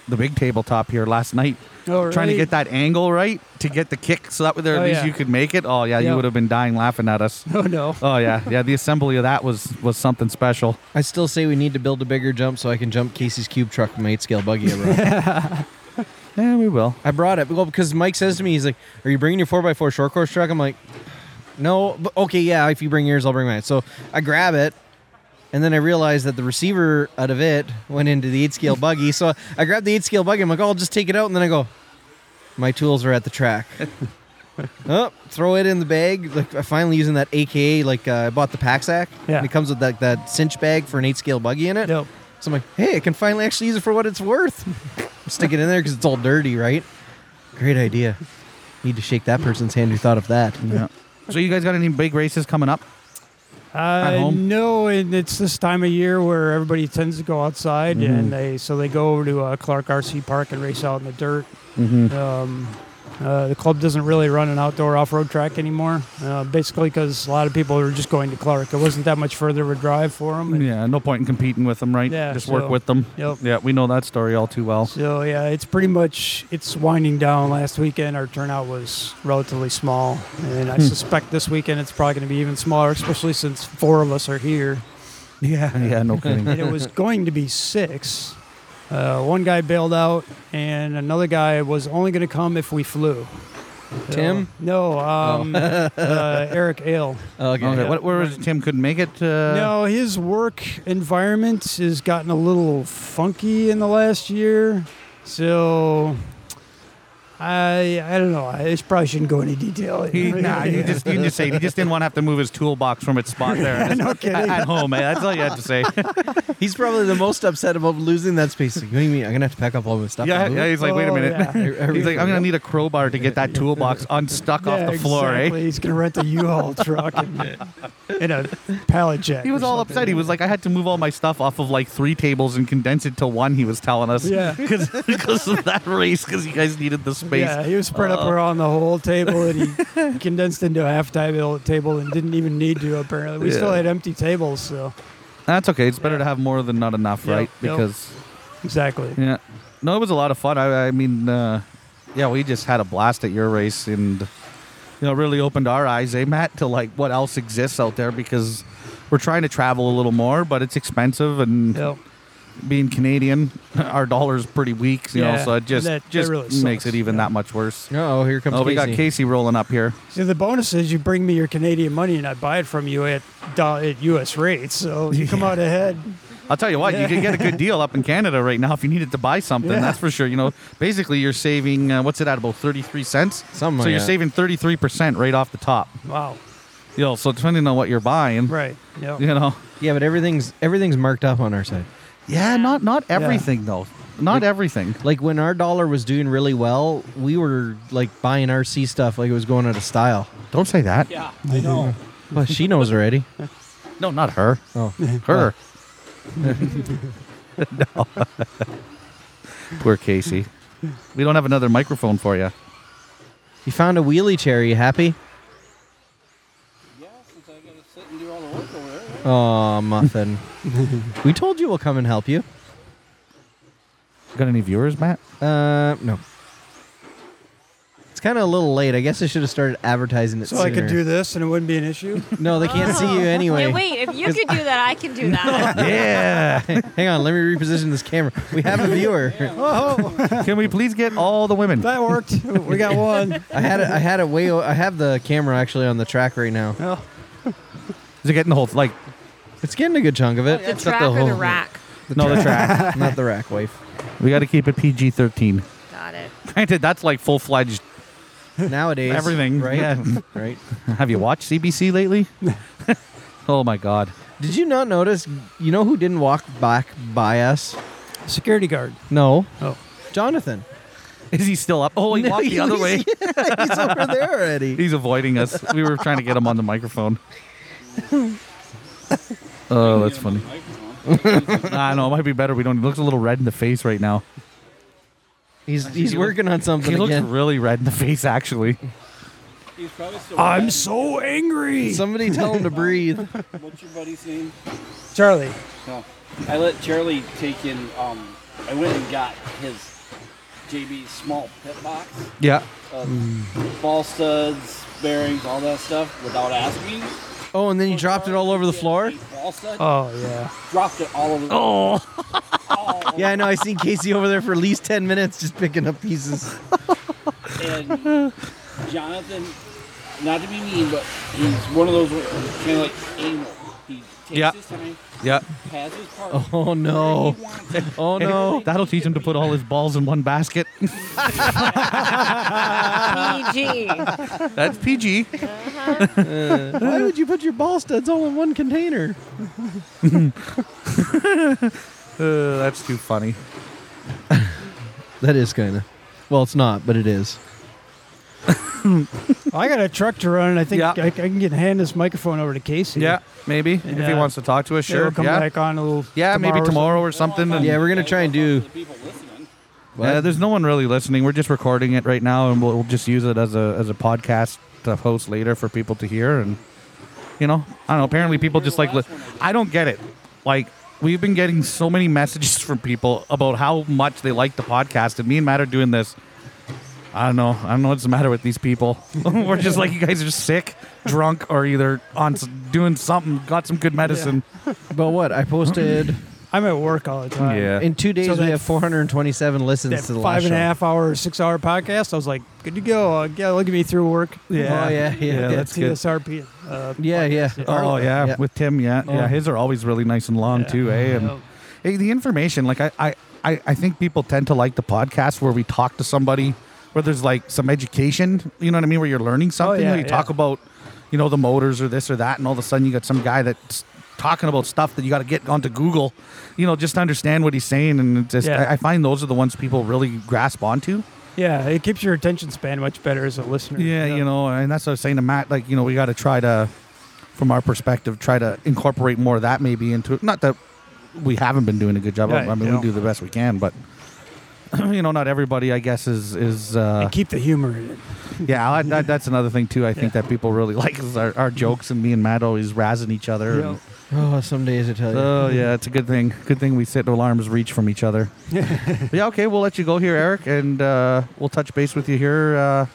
Speaker 2: the big tabletop here last night,
Speaker 4: Oh,
Speaker 2: trying to
Speaker 4: really?
Speaker 2: get that angle right to get the kick, so that way there at
Speaker 4: Oh,
Speaker 2: least
Speaker 4: yeah.
Speaker 2: you could make it. Oh yeah,
Speaker 4: Yeah.
Speaker 2: you would have been dying laughing at us.
Speaker 4: Oh, no.
Speaker 2: Oh yeah, yeah. The assembly of that was was something special.
Speaker 1: I still say we need to build a bigger jump so I can jump Casey's cube truck from eight scale buggy. I brought.
Speaker 2: Yeah, we will.
Speaker 1: I brought it well because Mike says to me, he's like, "Are you bringing your four x four short course truck?" I'm like, "No, but okay, yeah. If you bring yours, I'll bring mine." So I grab it. And then I realized that the receiver out of it went into the eight scale buggy. So I grabbed the eight scale buggy. I'm like, oh, I'll just take it out. And then I go, my tools are at the track. oh, throw it in the bag. Like I'm finally using that AKA. Like uh, I bought the pack sack.
Speaker 4: Yeah.
Speaker 1: And it comes with that, that cinch bag for an eight scale buggy in it.
Speaker 4: No.
Speaker 1: So I'm like, hey, I can finally actually use it for what it's worth. Stick it in there because it's all dirty, right? Great idea. Need to shake that person's hand who thought of that.
Speaker 2: Yeah. so you guys got any big races coming up?
Speaker 4: Uh,
Speaker 2: home?
Speaker 4: no, and it's this time of year where everybody tends to go outside,
Speaker 2: Mm-hmm.
Speaker 4: and they so they go over to uh, Clark RC Park and race out in the dirt.
Speaker 2: Mm-hmm.
Speaker 4: Um, uh, the club doesn't really run an outdoor off-road track anymore, uh, basically because a lot of people are just going to Clark. It wasn't that much further of a drive for them.
Speaker 2: Yeah, no point in competing with them, right?
Speaker 4: Yeah,
Speaker 2: Just work
Speaker 4: so-
Speaker 2: with them.
Speaker 4: Yep.
Speaker 2: Yeah, we know that story all too well.
Speaker 4: So yeah, it's pretty much it's winding down. Last weekend our turnout was relatively small, and
Speaker 2: Hmm.
Speaker 4: I suspect this weekend it's probably going to be even smaller, especially since four of us are here.
Speaker 2: Yeah, yeah, no kidding.
Speaker 4: and it was going to be six. Uh, one guy bailed out, and another guy was only going to come if we flew. So-
Speaker 1: Tim?
Speaker 4: No, um,
Speaker 2: Oh.
Speaker 4: uh, Eric Ale.
Speaker 1: Okay.
Speaker 2: Okay, what, where was it? Tim couldn't make it? Uh,
Speaker 4: no, his work environment has gotten a little funky in the last year, so I I don't know. I just probably shouldn't go into detail.
Speaker 2: He, nah, you just you just say he just didn't want to have to move his toolbox from its spot there
Speaker 4: no
Speaker 2: at,
Speaker 4: kidding.
Speaker 2: at home. Man. That's all you had to say.
Speaker 1: He's probably the most upset about losing that space. Like, what do you mean? I'm gonna have to pack up all my stuff.
Speaker 2: yeah,
Speaker 1: and move
Speaker 2: yeah.
Speaker 1: it?"
Speaker 2: He's like, wait a
Speaker 4: Oh,
Speaker 2: minute.
Speaker 4: yeah.
Speaker 2: He's like, I'm gonna need a crowbar to get that toolbox unstuck off the floor.
Speaker 4: exactly.
Speaker 2: Eh?
Speaker 4: He's gonna rent a U-Haul truck and, and a pallet jack.
Speaker 2: He was
Speaker 4: or
Speaker 2: all
Speaker 4: something.
Speaker 2: upset. He was like, I had to move all my stuff off of like three tables and condense it to one. He was telling us,
Speaker 4: Yeah.
Speaker 2: because of that race, because you guys needed the space.
Speaker 4: Yeah, he was spread up around the whole table, and he condensed into a half table table, and didn't even need to. Apparently, we still
Speaker 2: Yeah.
Speaker 4: had empty tables. So
Speaker 2: That's okay. It's better to have more than not enough,
Speaker 4: Yep,
Speaker 2: right?
Speaker 4: yep.
Speaker 2: Because
Speaker 4: exactly.
Speaker 2: Yeah. No, it was a lot of fun. I, I mean, uh, yeah, we just had a blast at your race and, you know, really opened our eyes, eh, Matt, to like what else exists out there because we're trying to travel a little more, but it's expensive and
Speaker 4: Yep.
Speaker 2: being Canadian, our dollar's pretty weak, you know,
Speaker 4: Yeah,
Speaker 2: so it just,
Speaker 4: that- that
Speaker 2: just
Speaker 4: really
Speaker 2: makes
Speaker 4: sucks,
Speaker 2: it even
Speaker 4: yeah.
Speaker 2: that much worse.
Speaker 1: Oh, here comes.
Speaker 2: Oh, we got
Speaker 1: Casey.
Speaker 2: Casey rolling up here.
Speaker 4: So the bonus is you bring me your Canadian money, and I buy it from you at doll- at U.S. rates. So you come out ahead.
Speaker 2: I'll tell you what, you can get a good deal up in Canada right now if you needed to buy something.
Speaker 4: Yeah.
Speaker 2: That's for sure. You know, basically you're saving uh, what's it at about thirty three cents.
Speaker 1: Something
Speaker 2: So
Speaker 1: like
Speaker 2: you're
Speaker 1: that.
Speaker 2: saving thirty three percent right off the top.
Speaker 4: Wow.
Speaker 2: You know, so depending on what you're buying,
Speaker 4: Right. Yep.
Speaker 2: You know,
Speaker 1: Yeah, but everything's everything's marked up on our side.
Speaker 2: yeah, not not everything though, not
Speaker 1: Like-
Speaker 2: everything.
Speaker 1: Like when our dollar was doing really well, we were like buying RC stuff like it was going out of style.
Speaker 2: Don't say that.
Speaker 5: Yeah, I know.
Speaker 1: Well, she knows already.
Speaker 2: No, not her.
Speaker 1: Oh,
Speaker 2: Her. no. Poor Casey. We don't have another microphone for you.
Speaker 1: you found a wheelie chair. You happy?
Speaker 5: yeah, since I gotta sit and do all the work over there. yeah.
Speaker 1: Oh, muffin. we told you we'll come and help you.
Speaker 2: Got any viewers, Matt?
Speaker 1: Uh, no. It's kind of a little late. I guess I should have started advertising it
Speaker 4: So
Speaker 1: sooner.
Speaker 4: I could do this and it wouldn't be an issue.
Speaker 1: No, they can't see you anyway.
Speaker 3: Yeah, wait. If you
Speaker 1: 'Cause
Speaker 3: could do that, I can do that.
Speaker 2: Yeah.
Speaker 1: Hang on, let me reposition this camera. We have a viewer.
Speaker 4: oh,
Speaker 2: Can we please get all the women?
Speaker 4: that worked. We got one.
Speaker 1: I had it. I had it way. o- I have the camera actually on the track right now.
Speaker 4: Oh,
Speaker 2: Is it getting the whole like
Speaker 1: It's getting a good chunk of it.
Speaker 3: The
Speaker 1: It's not
Speaker 3: track or the
Speaker 1: whole-
Speaker 3: rack.
Speaker 2: no the track?
Speaker 1: not the rack wife.
Speaker 2: we got to keep it PG thirteen.
Speaker 3: Got it.
Speaker 2: Granted, that's like full fledged.
Speaker 1: Nowadays,
Speaker 2: Everything,
Speaker 1: right?
Speaker 2: yeah.
Speaker 1: Right.
Speaker 2: Have you watched CBC lately? oh my God!
Speaker 1: Did you not notice? You know who didn't walk back by us?
Speaker 4: security guard.
Speaker 1: No,
Speaker 4: Oh,
Speaker 1: Jonathan.
Speaker 2: Is he still up? Oh, he
Speaker 1: No,
Speaker 2: walked the
Speaker 1: he
Speaker 2: other
Speaker 1: was-
Speaker 2: way.
Speaker 1: He's over there already.
Speaker 2: He's avoiding us. We were trying to get him on the microphone. Oh, that's funny. I know it might be better. We don't. He looks a little red in the face right now.
Speaker 1: He's he's working on something
Speaker 2: He looks
Speaker 1: again.
Speaker 2: really red in the face, actually.
Speaker 5: He's probably still.
Speaker 4: I'm so angry.
Speaker 1: Somebody tell him to breathe.
Speaker 5: What's your buddy's name?
Speaker 4: Charlie.
Speaker 5: No. I let Charlie take in. Um, I went and got his JB's small pit box
Speaker 2: Yeah.
Speaker 5: of
Speaker 1: Mm.
Speaker 5: ball studs, bearings, all that stuff without asking.
Speaker 1: Oh, and then he dropped it all over the floor.
Speaker 5: Eight Ball stud,
Speaker 4: Oh yeah.
Speaker 5: dropped it all over. Oh,
Speaker 2: Oh,
Speaker 1: Yeah, I know. I seen Casey over there for at least ten minutes just picking up pieces.
Speaker 5: And Jonathan, not to be mean, but he's one of those kind of like anal. He takes
Speaker 2: Yeah.
Speaker 5: his time,
Speaker 2: yeah.
Speaker 5: has his part.
Speaker 1: Oh no!
Speaker 5: He wants it.
Speaker 1: Oh no!
Speaker 2: That'll teach him to put all his balls in one basket.
Speaker 3: PG.
Speaker 2: That's PG.
Speaker 1: Why would you put your ball studs all in one container?
Speaker 2: Uh, that's too funny.
Speaker 1: That is kind of. Well, it's not, but it is.
Speaker 4: I got a truck to run, and I think
Speaker 2: Yeah.
Speaker 4: I, I can get hand this microphone over to Casey.
Speaker 2: Yeah, maybe if he
Speaker 4: Yeah.
Speaker 2: wants to talk to us,
Speaker 4: Sure.
Speaker 2: sure.
Speaker 4: come
Speaker 2: yeah,
Speaker 4: back on a little.
Speaker 2: yeah, maybe
Speaker 4: or
Speaker 2: tomorrow or something. and-
Speaker 1: Yeah, we're gonna try and do-
Speaker 5: The people listening.
Speaker 2: Yeah, Uh, there's no one really listening. We're just recording it right now, and we'll, we'll just use it as a as a podcast to host later for people to hear. And you know, I don't know. Apparently, people just like. Li- I don't get it. Like we've been getting so many messages from people about how much they like the podcast, and me and Matt are doing this. I don't know. I don't know what's the matter with these people. We're just like you guys are sick, drunk, or either on s- doing something. Got some good medicine.
Speaker 1: But what I posted
Speaker 4: I'm at work all the time.
Speaker 2: Yeah.
Speaker 1: in two days,
Speaker 4: So
Speaker 1: we
Speaker 4: that-
Speaker 1: have 427 listens
Speaker 4: That
Speaker 1: to the
Speaker 4: five
Speaker 1: last
Speaker 4: and a
Speaker 1: show.
Speaker 4: half hour, six hour podcast. I was like, good to go. Uh, yeah, look at me through work.
Speaker 1: Oh yeah, yeah, yeah.
Speaker 2: that's good.
Speaker 4: TSRP. Uh,
Speaker 1: yeah, yeah.
Speaker 2: Oh yeah,
Speaker 1: yeah.
Speaker 2: with Tim. Yeah, yeah. His are always really nice and long
Speaker 4: Yeah.
Speaker 2: too, eh? And
Speaker 4: Yeah.
Speaker 2: hey, the information, like I, I, I, I think people tend to like the podcast where we talk to somebody, where there's like some education. You know what I mean? Where you're learning something.
Speaker 4: yeah,
Speaker 2: where you
Speaker 4: Oh, yeah.
Speaker 2: talk about, you know, the motors or this or that, and all of a sudden you got some guy that's talking about stuff that you got to get onto Google, you know, just to understand what he's saying. And it just,
Speaker 4: Yeah.
Speaker 2: I, I find those are the ones people really grasp onto.
Speaker 4: yeah, it keeps your attention span much better as a listener.
Speaker 2: Yeah, you know, and that's what I was saying to Matt. Like, you know, we got to try to, from our perspective, try to incorporate more of that maybe into it. Not that we haven't been doing a good job. I-
Speaker 4: Yeah,
Speaker 2: I mean,
Speaker 4: you
Speaker 2: we
Speaker 4: know.
Speaker 2: do the best we can, but you know, not everybody, I guess, is is uh,
Speaker 4: And keep the humor in it.
Speaker 2: yeah. I, that, that's another thing too. I think that people really like is our, our jokes, and me and Matt always razzing each other. and-
Speaker 1: Oh, some days I tell you.
Speaker 2: Oh yeah, it's a good thing. Good thing we sit at arm's reach from each other. yeah, okay, we'll let you go here, Eric, and uh, we'll touch base with you here uh,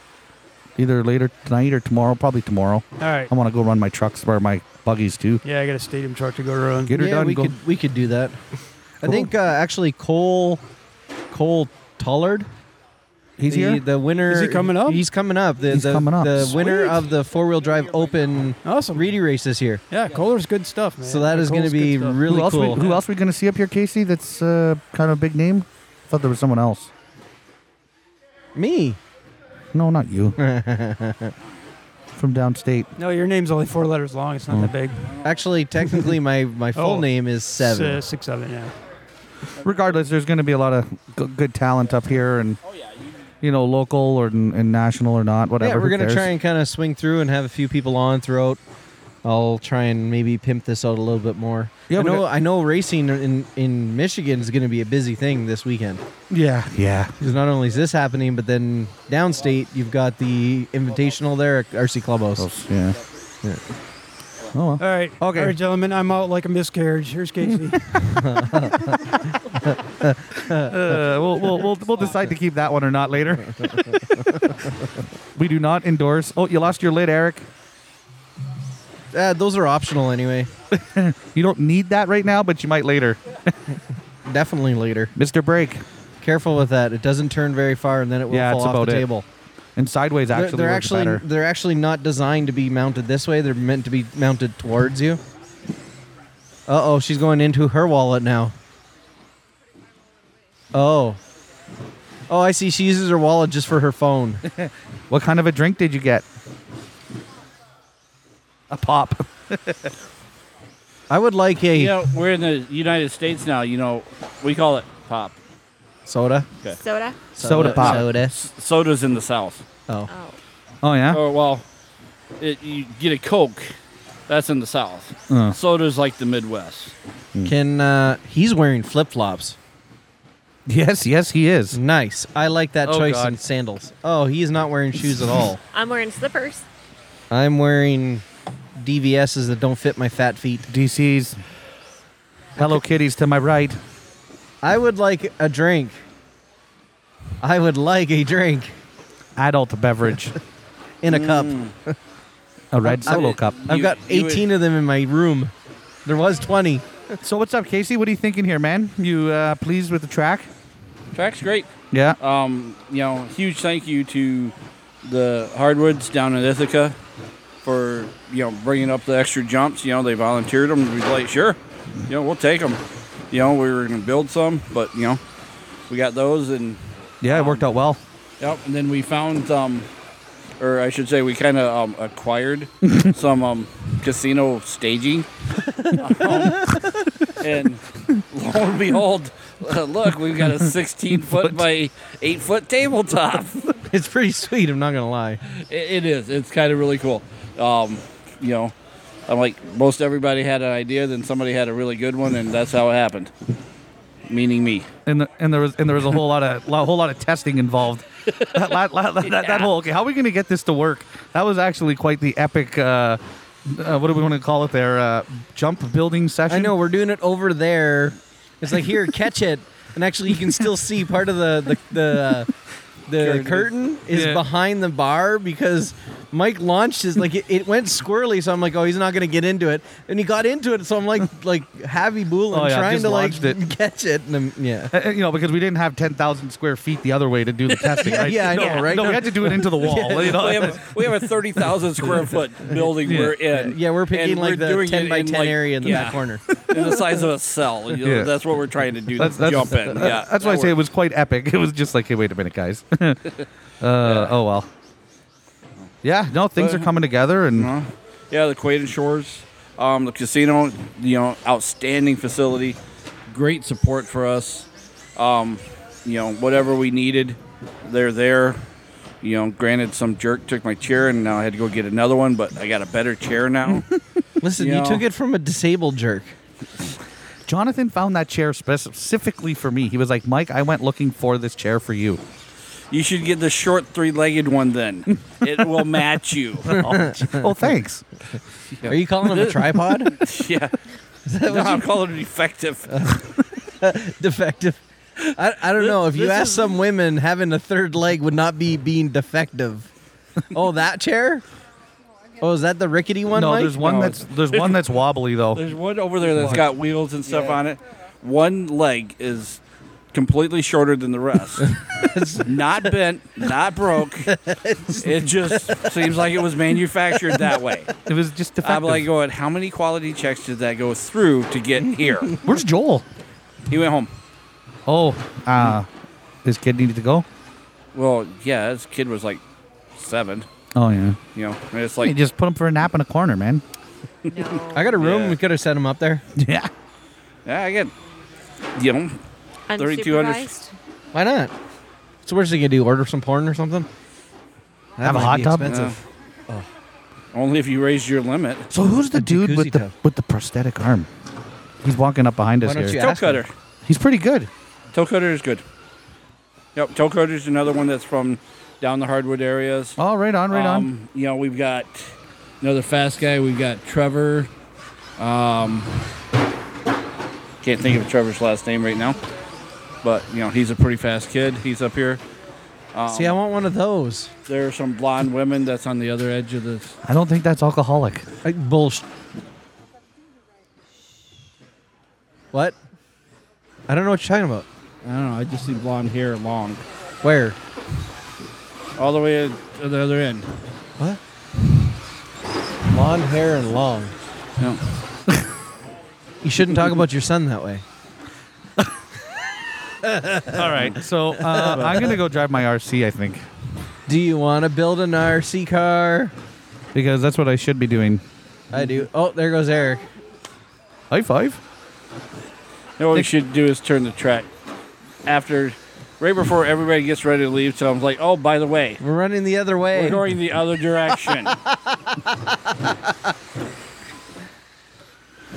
Speaker 2: either later tonight or tomorrow, probably tomorrow.
Speaker 4: All right.
Speaker 2: I want to go run my trucks or my buggies too.
Speaker 4: Yeah, I got a stadium truck to go run.
Speaker 2: Get her
Speaker 1: yeah,
Speaker 2: done.
Speaker 1: we
Speaker 2: go.
Speaker 1: could we could do that. I think uh, actually Cole Cole Tullard.
Speaker 2: He's
Speaker 1: the,
Speaker 2: here.
Speaker 1: The winner
Speaker 4: Is he coming up?
Speaker 1: He's coming up. The,
Speaker 2: He's
Speaker 1: the,
Speaker 2: coming up.
Speaker 1: The winner
Speaker 4: Sweet.
Speaker 1: of the four wheel drive open
Speaker 4: Awesome.
Speaker 1: Reedy race this year.
Speaker 4: Yeah, Kohler's good stuff, man.
Speaker 1: So that is going to
Speaker 4: Kohler's
Speaker 1: be
Speaker 4: good stuff.
Speaker 1: really
Speaker 2: who else?
Speaker 1: cool.
Speaker 2: We, who else we gonna see up here, Casey? That's uh, kind of a big name. Thought there was someone else.
Speaker 1: Me.
Speaker 2: No, not you. From downstate.
Speaker 4: No, your name's only four letters long. It's not
Speaker 1: Mm.
Speaker 4: that big.
Speaker 1: Actually, technically, my, my full
Speaker 4: Oh.
Speaker 1: name is Seven.
Speaker 4: S- six, seven, yeah.
Speaker 2: Regardless, there's gonna be a lot of g- good talent up here, and
Speaker 5: Oh yeah, you
Speaker 2: you know, local or n- and national or not, whatever.
Speaker 1: yeah, we're
Speaker 2: who
Speaker 1: going to
Speaker 2: cares?
Speaker 1: try and kind of swing through and have a few people on throughout. I'll try and maybe pimp this out a little bit more.
Speaker 2: Yeah,
Speaker 1: I
Speaker 2: we
Speaker 1: know.
Speaker 2: got-
Speaker 1: I know racing in in Michigan is going to be a busy thing this weekend
Speaker 2: Yeah, yeah.
Speaker 1: because not only is this happening, but then downstate you've got the Invitational there at RC Clubhouse.
Speaker 2: Yeah.
Speaker 1: Yeah.
Speaker 2: Oh well.
Speaker 4: All right.
Speaker 2: Okay.
Speaker 4: All right, gentlemen, I'm out like a miscarriage. Here's Casey.
Speaker 2: Uh, we'll, we'll, we'll, we'll decide to keep that one or not later. We do not endorse. Oh, you lost your lid, Eric.
Speaker 1: Uh, those are optional anyway.
Speaker 2: You don't need that right now, but you might later.
Speaker 1: Definitely later.
Speaker 2: Mr. Brake.
Speaker 1: Careful with that. It doesn't turn very far, and then it will
Speaker 2: Yeah,
Speaker 1: fall
Speaker 2: it's
Speaker 1: off
Speaker 2: about
Speaker 1: the
Speaker 2: it.
Speaker 1: table.
Speaker 2: And sideways
Speaker 1: They're-
Speaker 2: actually
Speaker 1: they're
Speaker 2: works
Speaker 1: actually
Speaker 2: better.
Speaker 1: they're actually not designed to be mounted this way. They're meant to be mounted towards you. Uh oh, she's going into her wallet now. Oh. Oh, I see. She uses her wallet just for her phone.
Speaker 2: What kind of a drink did you get? A pop.
Speaker 1: I would like a
Speaker 5: You know, we're in the United States now. You know, we call it pop.
Speaker 1: soda.
Speaker 3: Soda.
Speaker 2: Soda pop.
Speaker 1: Soda.
Speaker 5: S- sodas in the South.
Speaker 1: Oh.
Speaker 3: Oh.
Speaker 2: Oh yeah.
Speaker 5: Or well, it, you get a Coke. That's in the South.
Speaker 2: Uh.
Speaker 5: Sodas like the Midwest.
Speaker 1: Can uh he's wearing flip-flops.
Speaker 2: Yes, yes, he is.
Speaker 1: Nice. I like that
Speaker 2: Oh,
Speaker 1: choice
Speaker 2: God.
Speaker 1: in sandals. Oh, he's not wearing shoes at all.
Speaker 3: I'm wearing slippers.
Speaker 1: I'm wearing DVSs that don't fit my fat feet.
Speaker 2: DC's. Hello Kitties to my right.
Speaker 1: I would like a drink. I would like a drink
Speaker 2: Adult beverage.
Speaker 1: in a cup.
Speaker 2: A red solo cup.
Speaker 1: I've
Speaker 5: Mm, You-
Speaker 1: got
Speaker 5: you would-
Speaker 1: 18 of them in my room. There was 20.
Speaker 2: So what's up, Casey? What are you thinking here, man? You uh, pleased with the track?
Speaker 5: Track's great.
Speaker 2: Yeah.
Speaker 5: Um, you know, huge thank you to the hardwoods down in Ithaca for you know bringing up the extra jumps. You know, they volunteered them to be like, sure, you know, we'll take them. You know, we were going to build some, but you know, we got those and
Speaker 2: Yeah, it worked out well.
Speaker 5: Yep, and then we found, um, or I should say, we kind of um, acquired some um, casino staging. Um, and lo and behold, uh, look, we've got a 16 foot by 8 foot tabletop.
Speaker 1: It's pretty sweet, I'm not going to lie.
Speaker 5: It, it is. It's kind of really cool. Um, you know, I'm like, most everybody had an idea, then somebody had a really good one, and that's how it happened. Meaning me.
Speaker 2: and the, and there was and there was a whole lot of a whole lot of testing involved. that, la- la- that, that, that whole okay, how are we going to get this to work? That was actually quite the epic. Uh, uh, what do we want to call it? There, uh, jump building session.
Speaker 1: I know, we're doing it over there. It's like, here, catch it. And actually, you can still see part of the, the, the, uh, the curtain is
Speaker 2: Yeah.
Speaker 1: behind the bar because Mike launched his like it, it went squirrely, so I'm like, oh, he's not gonna get into it, and he got into it, so I'm like, like Javi Boolin
Speaker 2: Oh, yeah,
Speaker 1: trying
Speaker 2: just
Speaker 1: to like
Speaker 2: launched it.
Speaker 1: catch it, and I'm- yeah,
Speaker 2: Uh, uh, you know, because we didn't have ten thousand square feet the other way to do the testing.
Speaker 1: Yeah,
Speaker 2: right?
Speaker 1: yeah, I
Speaker 2: no,
Speaker 1: know, right?
Speaker 2: No, we had to do it into the wall. you know?
Speaker 5: we, have a, we have a 30,000 square foot building we're in.
Speaker 1: yeah, we're picking
Speaker 5: and
Speaker 1: like
Speaker 5: we're
Speaker 1: the
Speaker 5: doing
Speaker 1: ten
Speaker 5: it
Speaker 1: by
Speaker 5: in,
Speaker 1: ten
Speaker 5: like,
Speaker 1: area in the
Speaker 5: yeah,
Speaker 1: back corner.
Speaker 5: in the size of a cell. You know,
Speaker 2: Yeah.
Speaker 5: That's what we're trying to do.
Speaker 2: That's, that's,
Speaker 5: jump in.
Speaker 2: that-
Speaker 5: yeah,
Speaker 2: that's why I
Speaker 5: that
Speaker 2: say it
Speaker 5: works.
Speaker 2: was quite epic. It was just like, hey, wait a minute, guys. uh, Oh well. Yeah, no, things
Speaker 5: But-
Speaker 2: are coming together, and
Speaker 5: Yeah, the Quaden Shores, um, the casino. You know, outstanding facility, great support for us. Um, you know, whatever we needed, they're there. You know, granted, some jerk took my chair, and now I had to go get another one. But I got a better chair now.
Speaker 1: Listen, you
Speaker 5: Yeah.
Speaker 1: took it from a disabled jerk.
Speaker 2: Jonathan found that chair specifically for me. He was like, Mike, I went looking for this chair for you.
Speaker 5: you should get the short three-legged one. Then it will match you.
Speaker 2: oh, oh, thanks.
Speaker 1: Are you calling him a tripod?
Speaker 5: yeah. No, I'm calling it defective.
Speaker 1: defective. I, I don't know. If you
Speaker 5: this
Speaker 1: ask
Speaker 5: is-
Speaker 1: some women, having a third leg would not be being defective. Oh, that chair? Oh, is that the rickety one?
Speaker 2: no,
Speaker 1: Mike?
Speaker 2: there's one
Speaker 5: No,
Speaker 2: that's there's one that's wobbly though.
Speaker 5: There's one over there that's got wheels and stuff on it. One leg is completely shorter than the rest. it's not bent, not broke. It just seems like it was manufactured that way.
Speaker 2: It was just
Speaker 5: I'm
Speaker 2: defective.
Speaker 5: like going, how many quality checks did that go through to get here?
Speaker 2: Where's Joel?
Speaker 5: He went home.
Speaker 2: Oh, uh, this kid needed to go.
Speaker 5: Well, yeah, this kid was like seven.
Speaker 2: Oh yeah,
Speaker 5: You know, and it's
Speaker 2: you
Speaker 5: like
Speaker 2: just put him for a nap in a corner, man.
Speaker 3: No.
Speaker 1: I got a room.
Speaker 5: Yeah.
Speaker 1: We could have set him up there.
Speaker 2: Yeah,
Speaker 5: yeah, I get you know, 3200.
Speaker 3: Unsupervised.
Speaker 1: Why not? So where's he gonna do? Order some porn or something? That
Speaker 2: Have a
Speaker 1: might
Speaker 2: hot
Speaker 1: be
Speaker 2: tub?
Speaker 1: expensive.
Speaker 5: uh, only if you raise your limit.
Speaker 2: So who's the dude
Speaker 1: jacuzzi
Speaker 2: with the
Speaker 1: tub.
Speaker 2: with the prosthetic arm? He's walking up behind us
Speaker 1: Why don't
Speaker 2: here.
Speaker 1: you
Speaker 5: Toe
Speaker 1: ask him?
Speaker 5: cutter.
Speaker 2: He's pretty good.
Speaker 5: Toe cutter is good. Yep, toe cutter is another one that's from down the hardwood areas.
Speaker 2: Oh, right on, right on.
Speaker 5: Um, you know, we've got another fast guy. We've got Trevor. Um, can't think of Trevor's last name right now, but you know he's a pretty fast kid. He's up here.
Speaker 1: See, I want one of those.
Speaker 5: There are some blonde women that's on the other edge of this.
Speaker 2: I don't think that's alcoholic.
Speaker 1: Like bullsh. What? I don't know what you're talking about.
Speaker 5: I don't know. I just see blonde hair long,
Speaker 1: Where?
Speaker 5: all the way to the other end.
Speaker 1: What? Blonde hair and long.
Speaker 5: No.
Speaker 1: You shouldn't talk about your son that way.
Speaker 2: All right, so uh, I'm gonna go drive my RC. I think
Speaker 1: Do you want to build an RC car?
Speaker 2: because that's what I should be doing.
Speaker 1: I do. Oh, there goes Eric.
Speaker 2: High five.
Speaker 5: You know what we should do is turn the track after, right before everybody gets ready to leave. So I'm like, oh, by the way,
Speaker 1: We're running the other way.
Speaker 5: we're going the other direction.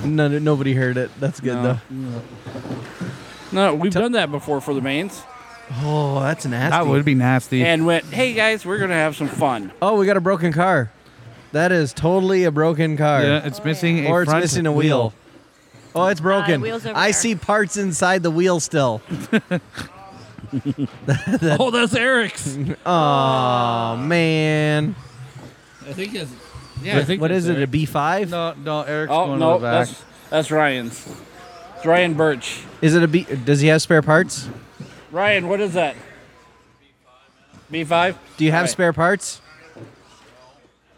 Speaker 1: None, nobody heard it. That's good
Speaker 5: No.
Speaker 1: though.
Speaker 5: no, we've done that before for the mains,
Speaker 1: Oh, that's nasty.
Speaker 2: That would be nasty.
Speaker 5: and went, hey guys, we're gonna have some fun.
Speaker 1: Oh, we got a broken car. That is totally a broken car.
Speaker 2: yeah, it's missing a
Speaker 1: or it's
Speaker 2: front
Speaker 1: missing a wheel. Oh, it's broken.
Speaker 3: Uh, wheel's over
Speaker 1: I
Speaker 3: there.
Speaker 1: see parts inside the wheel still.
Speaker 5: Oh, that's Eric's.
Speaker 1: Oh man,
Speaker 5: I think that's. Yeah, I think
Speaker 1: what is
Speaker 5: that's
Speaker 1: it? A
Speaker 5: Eric.
Speaker 1: B five?
Speaker 2: No, no, Eric's
Speaker 5: Oh
Speaker 2: going
Speaker 5: no,
Speaker 2: to the back.
Speaker 5: that's that's Ryan's. It's Ryan Birch.
Speaker 1: Is it a B? Does he have spare parts?
Speaker 5: Ryan, what is that? B five.
Speaker 1: Do you have spare parts?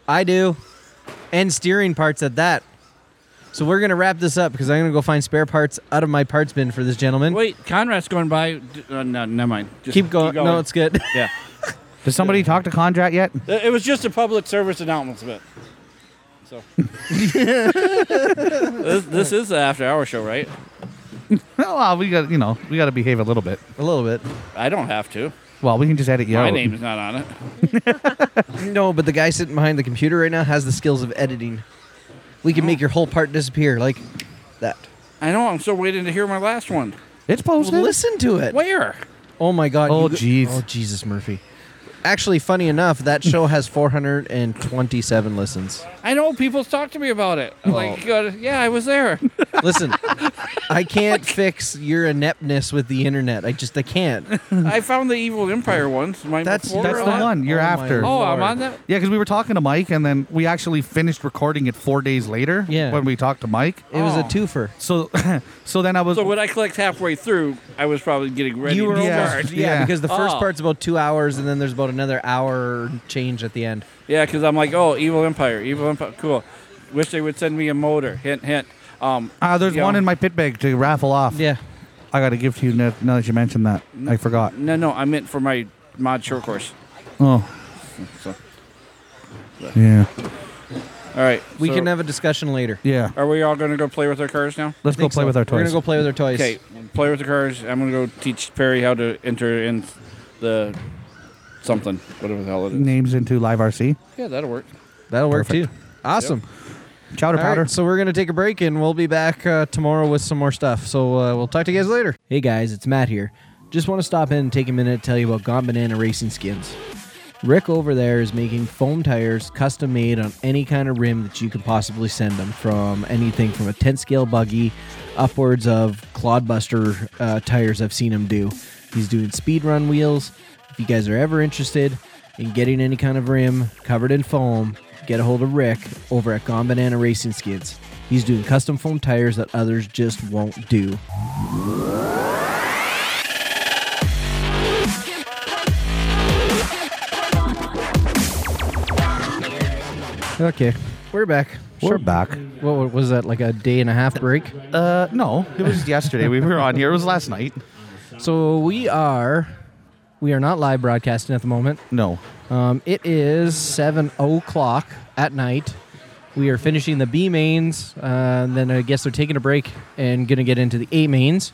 Speaker 1: I do, and steering parts at that. So we're gonna wrap this up because I'm gonna go find spare parts out of my parts bin for this gentleman.
Speaker 5: Wait, Conrad's going by. D- Uh, no, never mind. Just
Speaker 1: keep going. No, it's good.
Speaker 5: yeah.
Speaker 2: Does somebody talk to Condrat yet?
Speaker 5: It it was just a public service announcement. So this, this is the after hour show, right?
Speaker 2: well, uh, we got you know we got to behave a little bit.
Speaker 1: a little bit.
Speaker 5: I don't have to.
Speaker 2: Well, we can just edit you
Speaker 5: My
Speaker 2: out.
Speaker 5: name's not on it.
Speaker 1: No, but the guy sitting behind the computer right now has the skills of editing. We can make your whole part disappear like that.
Speaker 5: I know. I'm still waiting to hear my last one.
Speaker 2: It's posted.
Speaker 1: Well, listen to it.
Speaker 5: Where?
Speaker 1: Oh my God!
Speaker 2: Oh,
Speaker 1: you-
Speaker 2: jeez.
Speaker 1: Oh Jesus, Murphy. Actually, funny enough, that show has 427 listens.
Speaker 5: I know people talk to me about it. I'm like, yeah, I was there.
Speaker 1: Listen, I can't fix your ineptness with the internet. I just I can't.
Speaker 5: I found the Evil Empire once. My
Speaker 1: That's
Speaker 5: before
Speaker 2: That's
Speaker 5: or
Speaker 2: the
Speaker 5: not.
Speaker 2: one. You're
Speaker 1: my
Speaker 2: after.
Speaker 5: Oh, I'm
Speaker 1: Lord.
Speaker 5: on that.
Speaker 2: Yeah, because we were talking to Mike, and then we actually finished recording it four days later.
Speaker 1: Yeah.
Speaker 2: when we talked to Mike.
Speaker 1: It was a
Speaker 5: Oh.
Speaker 1: twofer.
Speaker 2: So, so then I was.
Speaker 5: So when I clicked halfway through, I was probably getting ready.
Speaker 1: You were
Speaker 5: to
Speaker 1: almost-
Speaker 2: Yeah.
Speaker 5: start.
Speaker 1: yeah, because the first
Speaker 5: Oh.
Speaker 1: part's about two hours, and then there's about another hour change at the end.
Speaker 5: Yeah, because I'm like, oh, Evil Empire, Evil Empire, cool. Wish they would send me a motor. Hint, hint. Um,
Speaker 2: Ah, there's
Speaker 5: you
Speaker 2: one
Speaker 5: know-
Speaker 2: in my pit bag to raffle off.
Speaker 1: Yeah,
Speaker 2: I got to give to you now, now that you mentioned that. I forgot.
Speaker 5: No, no, I meant for my mod short course.
Speaker 2: Oh,
Speaker 5: So,
Speaker 2: yeah,
Speaker 5: all right,
Speaker 1: we
Speaker 5: so
Speaker 1: can have a discussion later.
Speaker 2: yeah.
Speaker 5: Are we all going to go play with our cars now?
Speaker 2: Let's go
Speaker 1: Think
Speaker 2: play
Speaker 1: so.
Speaker 2: with our
Speaker 1: We're
Speaker 2: toys.
Speaker 1: gonna go play with our toys.
Speaker 5: Okay, play with the cars. I'm going to go teach Perry how to enter in the something, whatever the hell it is.
Speaker 2: Names into live RC.
Speaker 5: Yeah, that'll work.
Speaker 1: That'll work
Speaker 2: Perfect.
Speaker 1: too. Awesome.
Speaker 2: Chowder
Speaker 1: All
Speaker 2: powder.
Speaker 1: right, so we're gonna take a break and we'll be back uh, tomorrow with some more stuff. So uh, we'll talk to you guys later. Hey guys, it's Matt here. Just want to stop in and take a minute to tell you about Gone Banana Racing Skins. Rick over there is making foam tires custom made on any kind of rim that you could possibly send them from anything from a 10 scale buggy upwards of clodbuster uh, tires I've seen him do. He's doing speed run wheels. If you guys are ever interested in getting any kind of rim covered in foam, get a hold of Rick over at Gone Banana Racing Skids. He's doing custom foam tires that others just won't do. Okay, we're back.
Speaker 2: We're back.
Speaker 1: What wa- was that, like a day and a half break?
Speaker 2: Uh, no, it was yesterday. we were on here. It was last night.
Speaker 1: So we are, we are not live broadcasting at the moment.
Speaker 2: No.
Speaker 1: Um, it is seven o'clock at night. We are finishing the B mains, uh, and then I guess they're taking a break and gonna get into the A mains.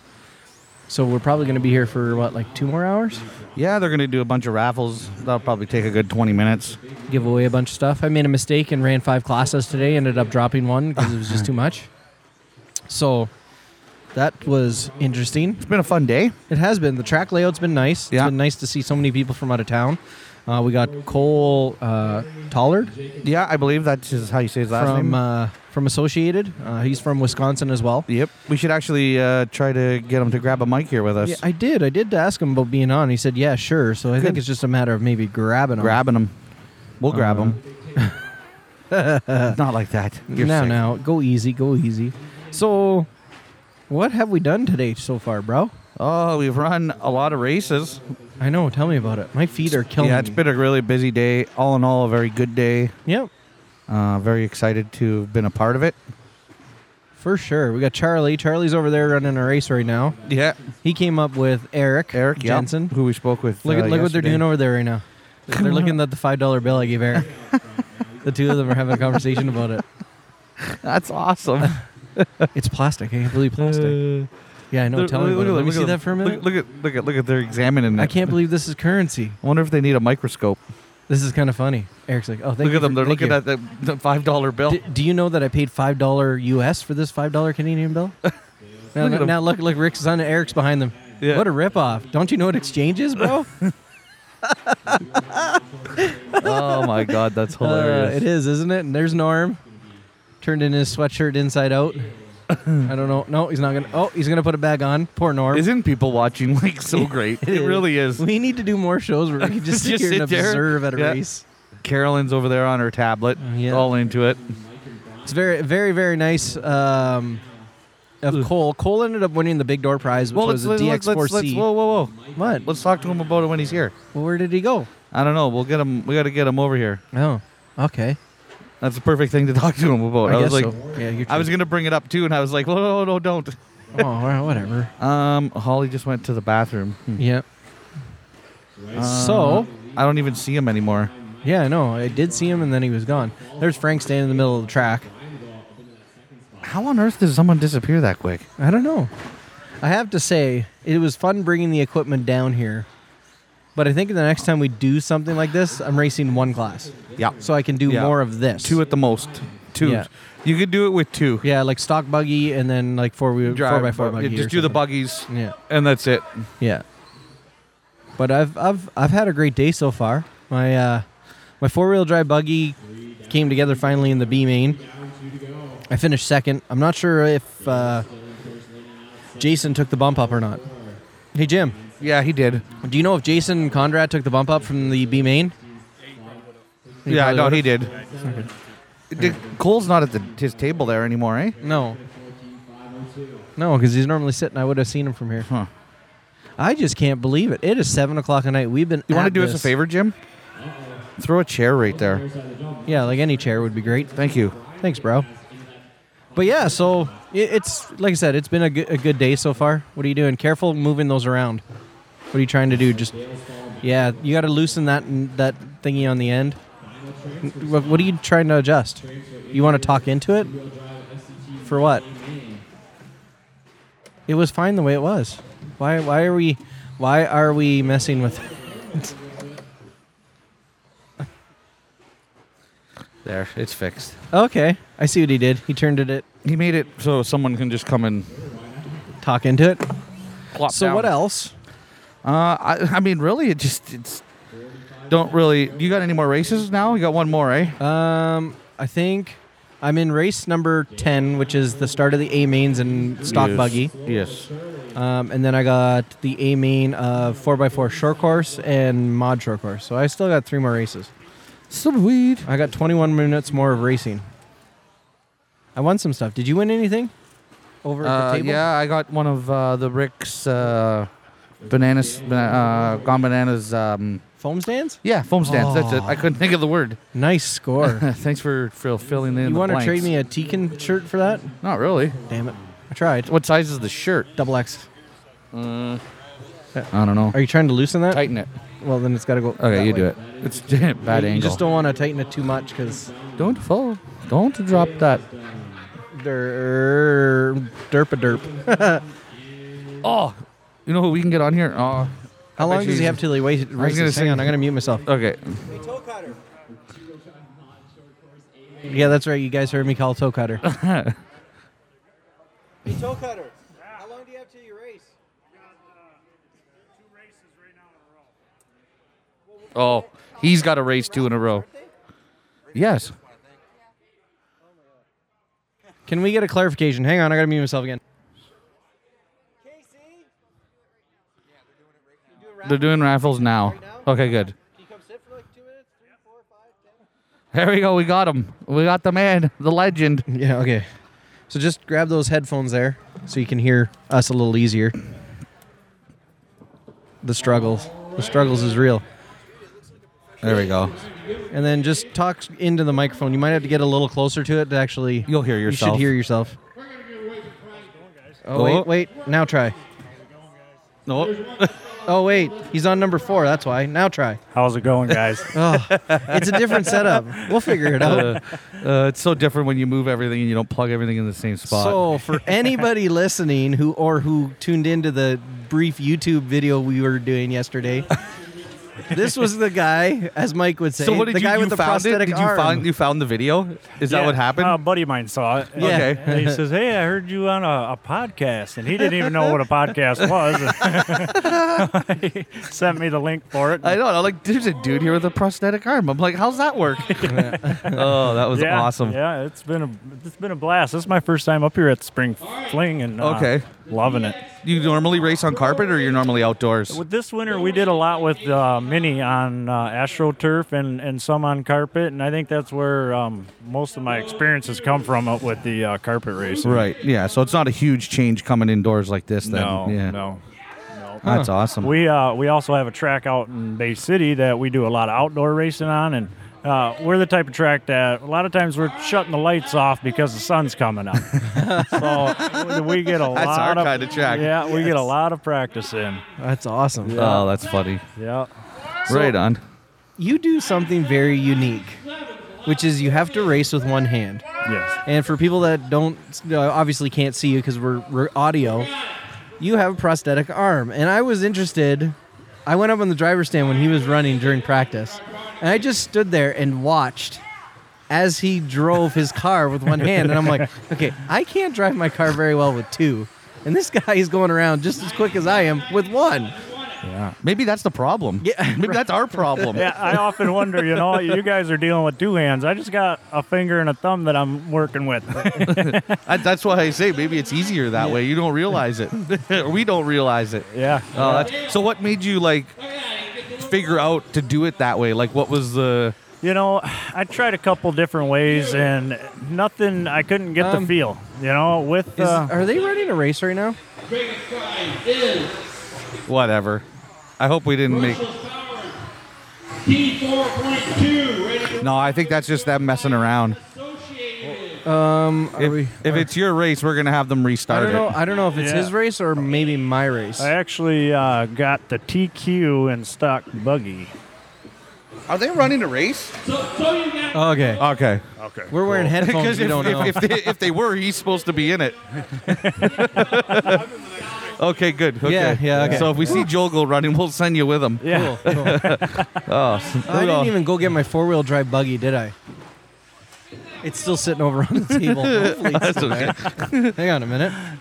Speaker 1: So we're probably gonna be here for what, like two more hours?
Speaker 2: Yeah, they're gonna do a bunch of raffles. That'll probably take a good 20 minutes.
Speaker 1: Give away a bunch of stuff. I made a mistake and ran five classes today. Ended up dropping one because it was just too much. So that was interesting.
Speaker 2: It's been a fun day.
Speaker 1: It has been. The track layout's been nice. It's
Speaker 2: Yeah.
Speaker 1: been nice to see so many people from out of town. Uh, we got Cole uh, Tollard
Speaker 2: Yeah, I believe that's just how you say his last
Speaker 1: from
Speaker 2: name.
Speaker 1: uh, from Associated. Uh, he's from Wisconsin as well.
Speaker 2: Yep. We should actually uh, try to get him to grab a mic here with us.
Speaker 1: Yeah, I did. I did ask him about being on. He said, "Yeah, sure." So I think it's just a matter of maybe grabbing him.
Speaker 2: Grabbing him. We'll grab him. Uh-huh. Not like that. You're
Speaker 1: now,
Speaker 2: sick.
Speaker 1: now, go easy, go easy. So, what have we done today so far, bro?
Speaker 2: Oh, we've run a lot of races.
Speaker 1: I know. Tell me about it. My feet are killing
Speaker 2: Yeah, it's
Speaker 1: me.
Speaker 2: been a really busy day. All in all, a very good day.
Speaker 1: Yep,
Speaker 2: Uh, very excited to have been a part of it.
Speaker 1: for sure. We got Charlie. Charlie's over there running a race right now.
Speaker 2: Yeah.
Speaker 1: He came up with Eric.
Speaker 2: Eric yeah,
Speaker 1: Jensen.
Speaker 2: who we spoke with.
Speaker 1: Look
Speaker 2: uh,
Speaker 1: at look what they're
Speaker 2: yesterday.
Speaker 1: doing over there right now. They're looking at the five dollar bill I gave Eric. the two of them are having a conversation about it.
Speaker 2: That's awesome.
Speaker 1: It's plastic. I can't believe plastic. Uh, Yeah, I know.
Speaker 2: Look-
Speaker 1: Tell me about
Speaker 2: look
Speaker 1: it. Let
Speaker 2: at
Speaker 1: me
Speaker 2: them, look
Speaker 1: see
Speaker 2: at them.
Speaker 1: that for a minute.
Speaker 2: Look, look at look at look at they're examining.
Speaker 1: I
Speaker 2: it.
Speaker 1: can't believe this is currency.
Speaker 2: I wonder if they need a microscope.
Speaker 1: This is kind of funny. Eric's like, oh, thank
Speaker 2: look
Speaker 1: you
Speaker 2: at them.
Speaker 1: for-
Speaker 2: They're
Speaker 1: thank
Speaker 2: looking
Speaker 1: you.
Speaker 2: at the, the five dollar bill.
Speaker 1: D- do you know that I paid five dollar U.S. for this five dollar Canadian bill? now,
Speaker 2: Look at
Speaker 1: look,
Speaker 2: 'em.
Speaker 1: now look, look, Rick's on. Eric's behind them.
Speaker 2: Yeah.
Speaker 1: What a ripoff! Don't you know what exchange is, bro?
Speaker 2: oh my god, that's
Speaker 1: Uh,
Speaker 2: hilarious.
Speaker 1: it is, isn't it? And there's Norm, turned in his sweatshirt inside out. I don't know. No, he's not gonna. Oh, he's gonna put it back on. Poor Norm.
Speaker 2: Isn't people watching like so great? It really is.
Speaker 1: We need to do more shows where we can just sit
Speaker 2: Just
Speaker 1: here and
Speaker 2: sit there.
Speaker 1: observe at a
Speaker 2: Yeah.
Speaker 1: race.
Speaker 2: Carolyn's over there on her tablet,
Speaker 1: yeah.
Speaker 2: all into Uh, it.
Speaker 1: It's very, very, very nice. Um, of Cole. Cole ended up winning the big door prize, which
Speaker 2: Well, let's,
Speaker 1: was a
Speaker 2: let's, let's,
Speaker 1: DX4C.
Speaker 2: let's, whoa, whoa, whoa.
Speaker 1: What?
Speaker 2: Let's talk to him about it when he's here.
Speaker 1: Well, where did he go?
Speaker 2: I don't know. We'll get him. We got to get him over here.
Speaker 1: Oh, okay.
Speaker 2: That's the perfect thing to talk to him about. I,
Speaker 1: I, guess
Speaker 2: was like,
Speaker 1: so. yeah, you're
Speaker 2: I was gonna bring it up too, and I was like, no, no, no, don't.
Speaker 1: true. oh, well, whatever.
Speaker 2: Um, Holly just went to the bathroom. Hmm.
Speaker 1: Yeah. so,
Speaker 2: I don't even see him anymore.
Speaker 1: yeah, I know. I did see him, and then he was gone. There's Frank standing in the middle of the track.
Speaker 2: How on earth does someone disappear that quick?
Speaker 1: I don't know. I have to say, it was fun bringing the equipment down here. But I think the next time we do something like this, I'm racing one class.
Speaker 2: Yeah.
Speaker 1: So I can do
Speaker 2: Yeah.
Speaker 1: more of this.
Speaker 2: Two at the most. Two.
Speaker 1: Yeah.
Speaker 2: You could do it with two.
Speaker 1: yeah, like stock buggy and then like four wheel, four by four
Speaker 2: but-
Speaker 1: buggy.
Speaker 2: yeah,
Speaker 1: or
Speaker 2: Just do the
Speaker 1: something.
Speaker 2: buggies,
Speaker 1: Yeah,
Speaker 2: and that's it.
Speaker 1: yeah. But I've I've I've had a great day so far. My uh, my four wheel drive buggy came together finally in the B main. I finished second. I'm not sure if uh, Jason took the bump up or not. Hey Jim,
Speaker 2: Yeah, he did.
Speaker 1: do you know if Jason Conrad took the bump up from the B main? He
Speaker 2: yeah,
Speaker 1: probably
Speaker 2: no,
Speaker 1: would've.
Speaker 2: he did. Did- Cole's not at the, his table there anymore, eh?
Speaker 1: No. No, because he's normally sitting. I would have seen him from here.
Speaker 2: Huh.
Speaker 1: I just can't believe it. It is seven o'clock at night. We've been.
Speaker 2: You want to
Speaker 1: at
Speaker 2: do us
Speaker 1: this.
Speaker 2: a favor, Jim? Throw a chair right there.
Speaker 1: Yeah, like any chair would be great.
Speaker 2: Thank you.
Speaker 1: Thanks, bro. But yeah, so it, it's like I said, it's been a good, a good day so far. What are you doing? Careful moving those around. What are you trying to do? Just yeah, you got to loosen that that thingy on the end. What, what are you trying to adjust? You want to talk into it? For what? It was fine the way it was. Why why are we why are we messing with
Speaker 2: There, it's fixed.
Speaker 1: Okay, I see what he did. He turned it it
Speaker 2: He made it so someone can just come and
Speaker 1: talk into it.
Speaker 2: plop
Speaker 1: So
Speaker 2: down.
Speaker 1: what else?
Speaker 2: Uh, I, I mean, really, it just it's don't really. You got any more races now? You got one more, eh?
Speaker 1: Um, I think I'm in race number 10, which is the start of the A mains and stock buggy.
Speaker 2: Yes.
Speaker 1: Um, and then I got the A main uh, of 4x4 short course and mod short course. So I still got three more races.
Speaker 2: Sweet.
Speaker 1: I got 21 minutes more of racing. I won some stuff. Did you win anything over at
Speaker 2: Uh,
Speaker 1: the table?
Speaker 2: yeah, I got one of uh, the Rick's uh, bananas, bana- uh, gone bananas. Um,
Speaker 1: Foam stands?
Speaker 2: yeah, foam stands. That's it. I couldn't think of the word.
Speaker 1: Nice score.
Speaker 2: Thanks for, for filling in.
Speaker 1: you
Speaker 2: the
Speaker 1: want to trade
Speaker 2: blanks.
Speaker 1: me a Tekken shirt for that?
Speaker 2: Not really.
Speaker 1: Damn it. I tried.
Speaker 2: What size is the shirt?
Speaker 1: Double X.
Speaker 2: I don't know.
Speaker 1: Are you trying to loosen that?
Speaker 2: Tighten it.
Speaker 1: Well, then it's got to go.
Speaker 2: Okay,
Speaker 1: that
Speaker 2: you
Speaker 1: way.
Speaker 2: do it. It's bad
Speaker 1: you
Speaker 2: angle.
Speaker 1: just don't want to tighten it too much because
Speaker 2: don't fall. Don't drop that.
Speaker 1: Der, derp a derp.
Speaker 2: Oh, you know who we can get on here? Oh,
Speaker 1: How long
Speaker 2: bet
Speaker 1: does he
Speaker 2: you-
Speaker 1: have till he wait?
Speaker 2: was gonna
Speaker 1: races? Hang
Speaker 2: say-
Speaker 1: on, I'm gonna mute myself.
Speaker 2: okay.
Speaker 1: Yeah, that's right. You guys heard me call toe cutter. hey, toe cutter. How long do you have till you race?
Speaker 2: Oh, he's got a race two in a row. Yes.
Speaker 1: Can we get a clarification? Hang on, I gotta mute myself again.
Speaker 2: They're doing raffles now. Okay, good. There we go. We got him. We got the man, the legend.
Speaker 1: Yeah, okay. So just grab those headphones there so you can hear us a little easier. The struggles. The struggles is real.
Speaker 2: There we go.
Speaker 1: And then just talk into the microphone. You might have to get a little closer to it to actually.
Speaker 2: You'll hear
Speaker 1: You
Speaker 2: yourself.
Speaker 1: should hear yourself. Oh, wait, wait. Now try.
Speaker 2: Nope.
Speaker 1: Oh, wait. He's on number four. That's why. Now try.
Speaker 6: How's it going, guys?
Speaker 1: Oh, it's a different setup. We'll figure it out.
Speaker 2: uh, uh, it's so different when you move everything and you don't plug everything in the same spot.
Speaker 1: So, for anybody listening who or who tuned into the brief YouTube video we were doing yesterday, this was the guy, as Mike would say,
Speaker 2: So what did
Speaker 1: the
Speaker 2: you,
Speaker 1: guy
Speaker 2: you
Speaker 1: with the
Speaker 2: found it?
Speaker 1: prosthetic
Speaker 2: Did you
Speaker 1: arm.
Speaker 2: find you found the video? Is that
Speaker 6: Yeah,
Speaker 2: what happened?
Speaker 6: uh, a buddy of mine saw it.
Speaker 1: Yeah.
Speaker 2: Okay.
Speaker 6: And he says, "Hey, I heard you on a, a podcast," and he didn't even know what a podcast was. he sent me the link for it.
Speaker 2: I don't know. Like, there's a dude here with a prosthetic arm. I'm like, how's that work? oh, that was
Speaker 6: yeah,
Speaker 2: awesome.
Speaker 6: Yeah, it's been a it's been a blast. This is my first time up here at Spring Fling, and uh,
Speaker 2: Okay.
Speaker 6: loving it.
Speaker 2: You normally race on carpet or you're normally outdoors?
Speaker 6: With this winter, we did a lot with uh, mini on uh, AstroTurf and, and some on carpet, and I think that's where um, most of my experiences come from up with the uh, carpet racing.
Speaker 2: Right. Yeah. So it's not a huge change coming indoors like this. Then.
Speaker 6: No,
Speaker 2: yeah.
Speaker 6: no.
Speaker 2: That's awesome.
Speaker 6: We uh, we also have a track out in Bay City that we do a lot of outdoor racing on, and uh, we're the type of track that a lot of times we're shutting the lights off because the sun's coming up. so we get a
Speaker 2: That's
Speaker 6: lot
Speaker 2: our
Speaker 6: of
Speaker 2: kind of track.
Speaker 6: Yeah, we get a lot of practice in.
Speaker 1: That's awesome.
Speaker 2: oh, that's funny.
Speaker 6: Yeah.
Speaker 2: right on.
Speaker 1: You do something very unique, which is you have to race with one hand.
Speaker 6: Yes.
Speaker 1: And for people that don't, uh, obviously can't see you because we're, we're audio, you have a prosthetic arm. And I was interested. I went up on the driver's stand when he was running during practice, and I just stood there and watched as he drove his car with one hand. And I'm like, okay, I can't drive my car very well with two. And this guy is going around just as quick as I am with one.
Speaker 2: Maybe that's the problem.
Speaker 1: Yeah.
Speaker 2: Maybe that's our problem.
Speaker 6: Yeah, I often wonder, you know, you guys are dealing with two hands. I just got a finger and a thumb that I'm working with.
Speaker 2: I, that's why I say maybe it's easier that way. You don't realize it, or we don't realize it.
Speaker 6: Yeah.
Speaker 2: Oh, that's, so what made you like figure out to do it that way? Like, what was the?
Speaker 6: You know, I tried a couple different ways and nothing, I couldn't get
Speaker 1: Um,
Speaker 6: the feel. You know, with.
Speaker 1: Is,
Speaker 6: uh,
Speaker 1: are they running a race right now?
Speaker 2: Whatever. I hope we didn't make. No, I think that's just them messing around.
Speaker 1: Um, are
Speaker 2: If,
Speaker 1: we,
Speaker 2: if it's your race, we're gonna have them
Speaker 1: I
Speaker 2: restart
Speaker 1: don't know.
Speaker 2: it.
Speaker 1: I don't know if it's
Speaker 6: Yeah.
Speaker 1: his race or maybe my race.
Speaker 6: I actually uh, got the TQ in stock buggy.
Speaker 2: Are they running a race?
Speaker 1: Okay,
Speaker 2: Okay.
Speaker 6: Okay.
Speaker 1: we're wearing headphones.
Speaker 2: Because
Speaker 1: we
Speaker 2: if,
Speaker 1: don't know.
Speaker 2: if, if, they, if they were, he's supposed to be in it. okay, good. Okay.
Speaker 1: Yeah, yeah, okay.
Speaker 2: So if we see Joel go running, we'll send you with him.
Speaker 6: Yeah.
Speaker 1: I didn't even go get my four wheel drive buggy, did I? It's still sitting over on the table. Hopefully it's still there. Hang on a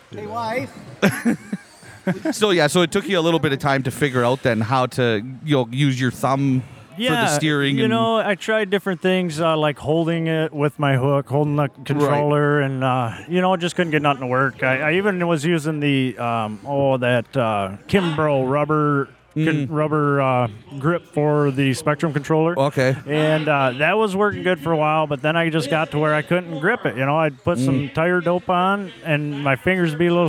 Speaker 1: minute.
Speaker 2: So yeah, so it took you a little bit of time to figure out then how to you know, use your thumb for the steering.
Speaker 6: You
Speaker 2: and,
Speaker 6: know, I tried different things uh, like holding it with my hook, holding the controller, and uh, you know, just couldn't get nothing to work. I, I even was using the um, oh that uh, Kimbro rubber
Speaker 2: Mm.
Speaker 6: con- rubber uh, grip for the Spectrum controller.
Speaker 2: okay,
Speaker 6: And uh, that was working good for a while, but then I just got to where I couldn't grip it. You know, I'd put some
Speaker 2: Mm.
Speaker 6: tire dope on, and my fingers would be a little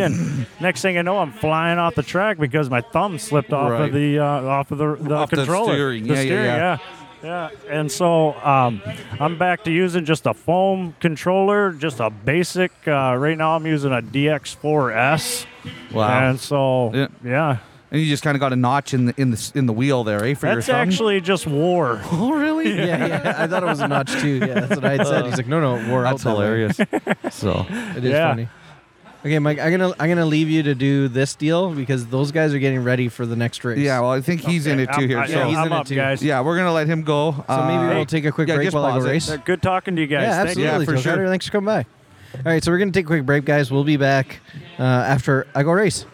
Speaker 6: and next thing I know, I'm flying off the track because my thumb slipped off
Speaker 2: Right.
Speaker 6: of the uh, off of the, the
Speaker 2: Off the
Speaker 6: controller,
Speaker 2: steering. Yeah, yeah, yeah.
Speaker 6: yeah. Yeah, and so um, I'm back to using just a foam controller, just a basic. Uh, right now, I'm using a DX4S,
Speaker 2: wow.
Speaker 6: and so
Speaker 2: Yeah.
Speaker 6: yeah,
Speaker 2: And you just kind of got a notch in the in the s- in the wheel there, eh? For your
Speaker 6: that's
Speaker 2: thumb.
Speaker 6: actually just war.
Speaker 2: oh really?
Speaker 1: Yeah, yeah. I thought it was a notch too. Yeah, that's what I had said. He's like, no, no, it wore out
Speaker 2: That's
Speaker 1: that way."
Speaker 2: hilarious. so
Speaker 1: It is
Speaker 6: Yeah.
Speaker 1: funny. Okay, Mike, I'm gonna I'm gonna leave you to do this deal because those guys are getting ready for the next race.
Speaker 2: yeah, well, I think he's in it too
Speaker 6: I'm,
Speaker 2: here.
Speaker 6: I,
Speaker 2: so
Speaker 1: he's
Speaker 6: am
Speaker 1: in it
Speaker 6: up,
Speaker 1: too.
Speaker 6: guys.
Speaker 2: yeah, we're gonna let him go.
Speaker 1: So maybe
Speaker 2: Uh,
Speaker 1: we'll take a quick
Speaker 2: yeah,
Speaker 1: break
Speaker 2: just
Speaker 1: while I go
Speaker 2: pause it.
Speaker 1: race.
Speaker 6: Uh, Good talking to you guys.
Speaker 1: Yeah,
Speaker 6: Thank you.
Speaker 1: absolutely.
Speaker 2: Yeah, for
Speaker 1: Joe Carter.
Speaker 2: sure.
Speaker 1: Thanks for coming by. All right, so we're gonna take a quick break, guys. We'll be back uh, after I go race.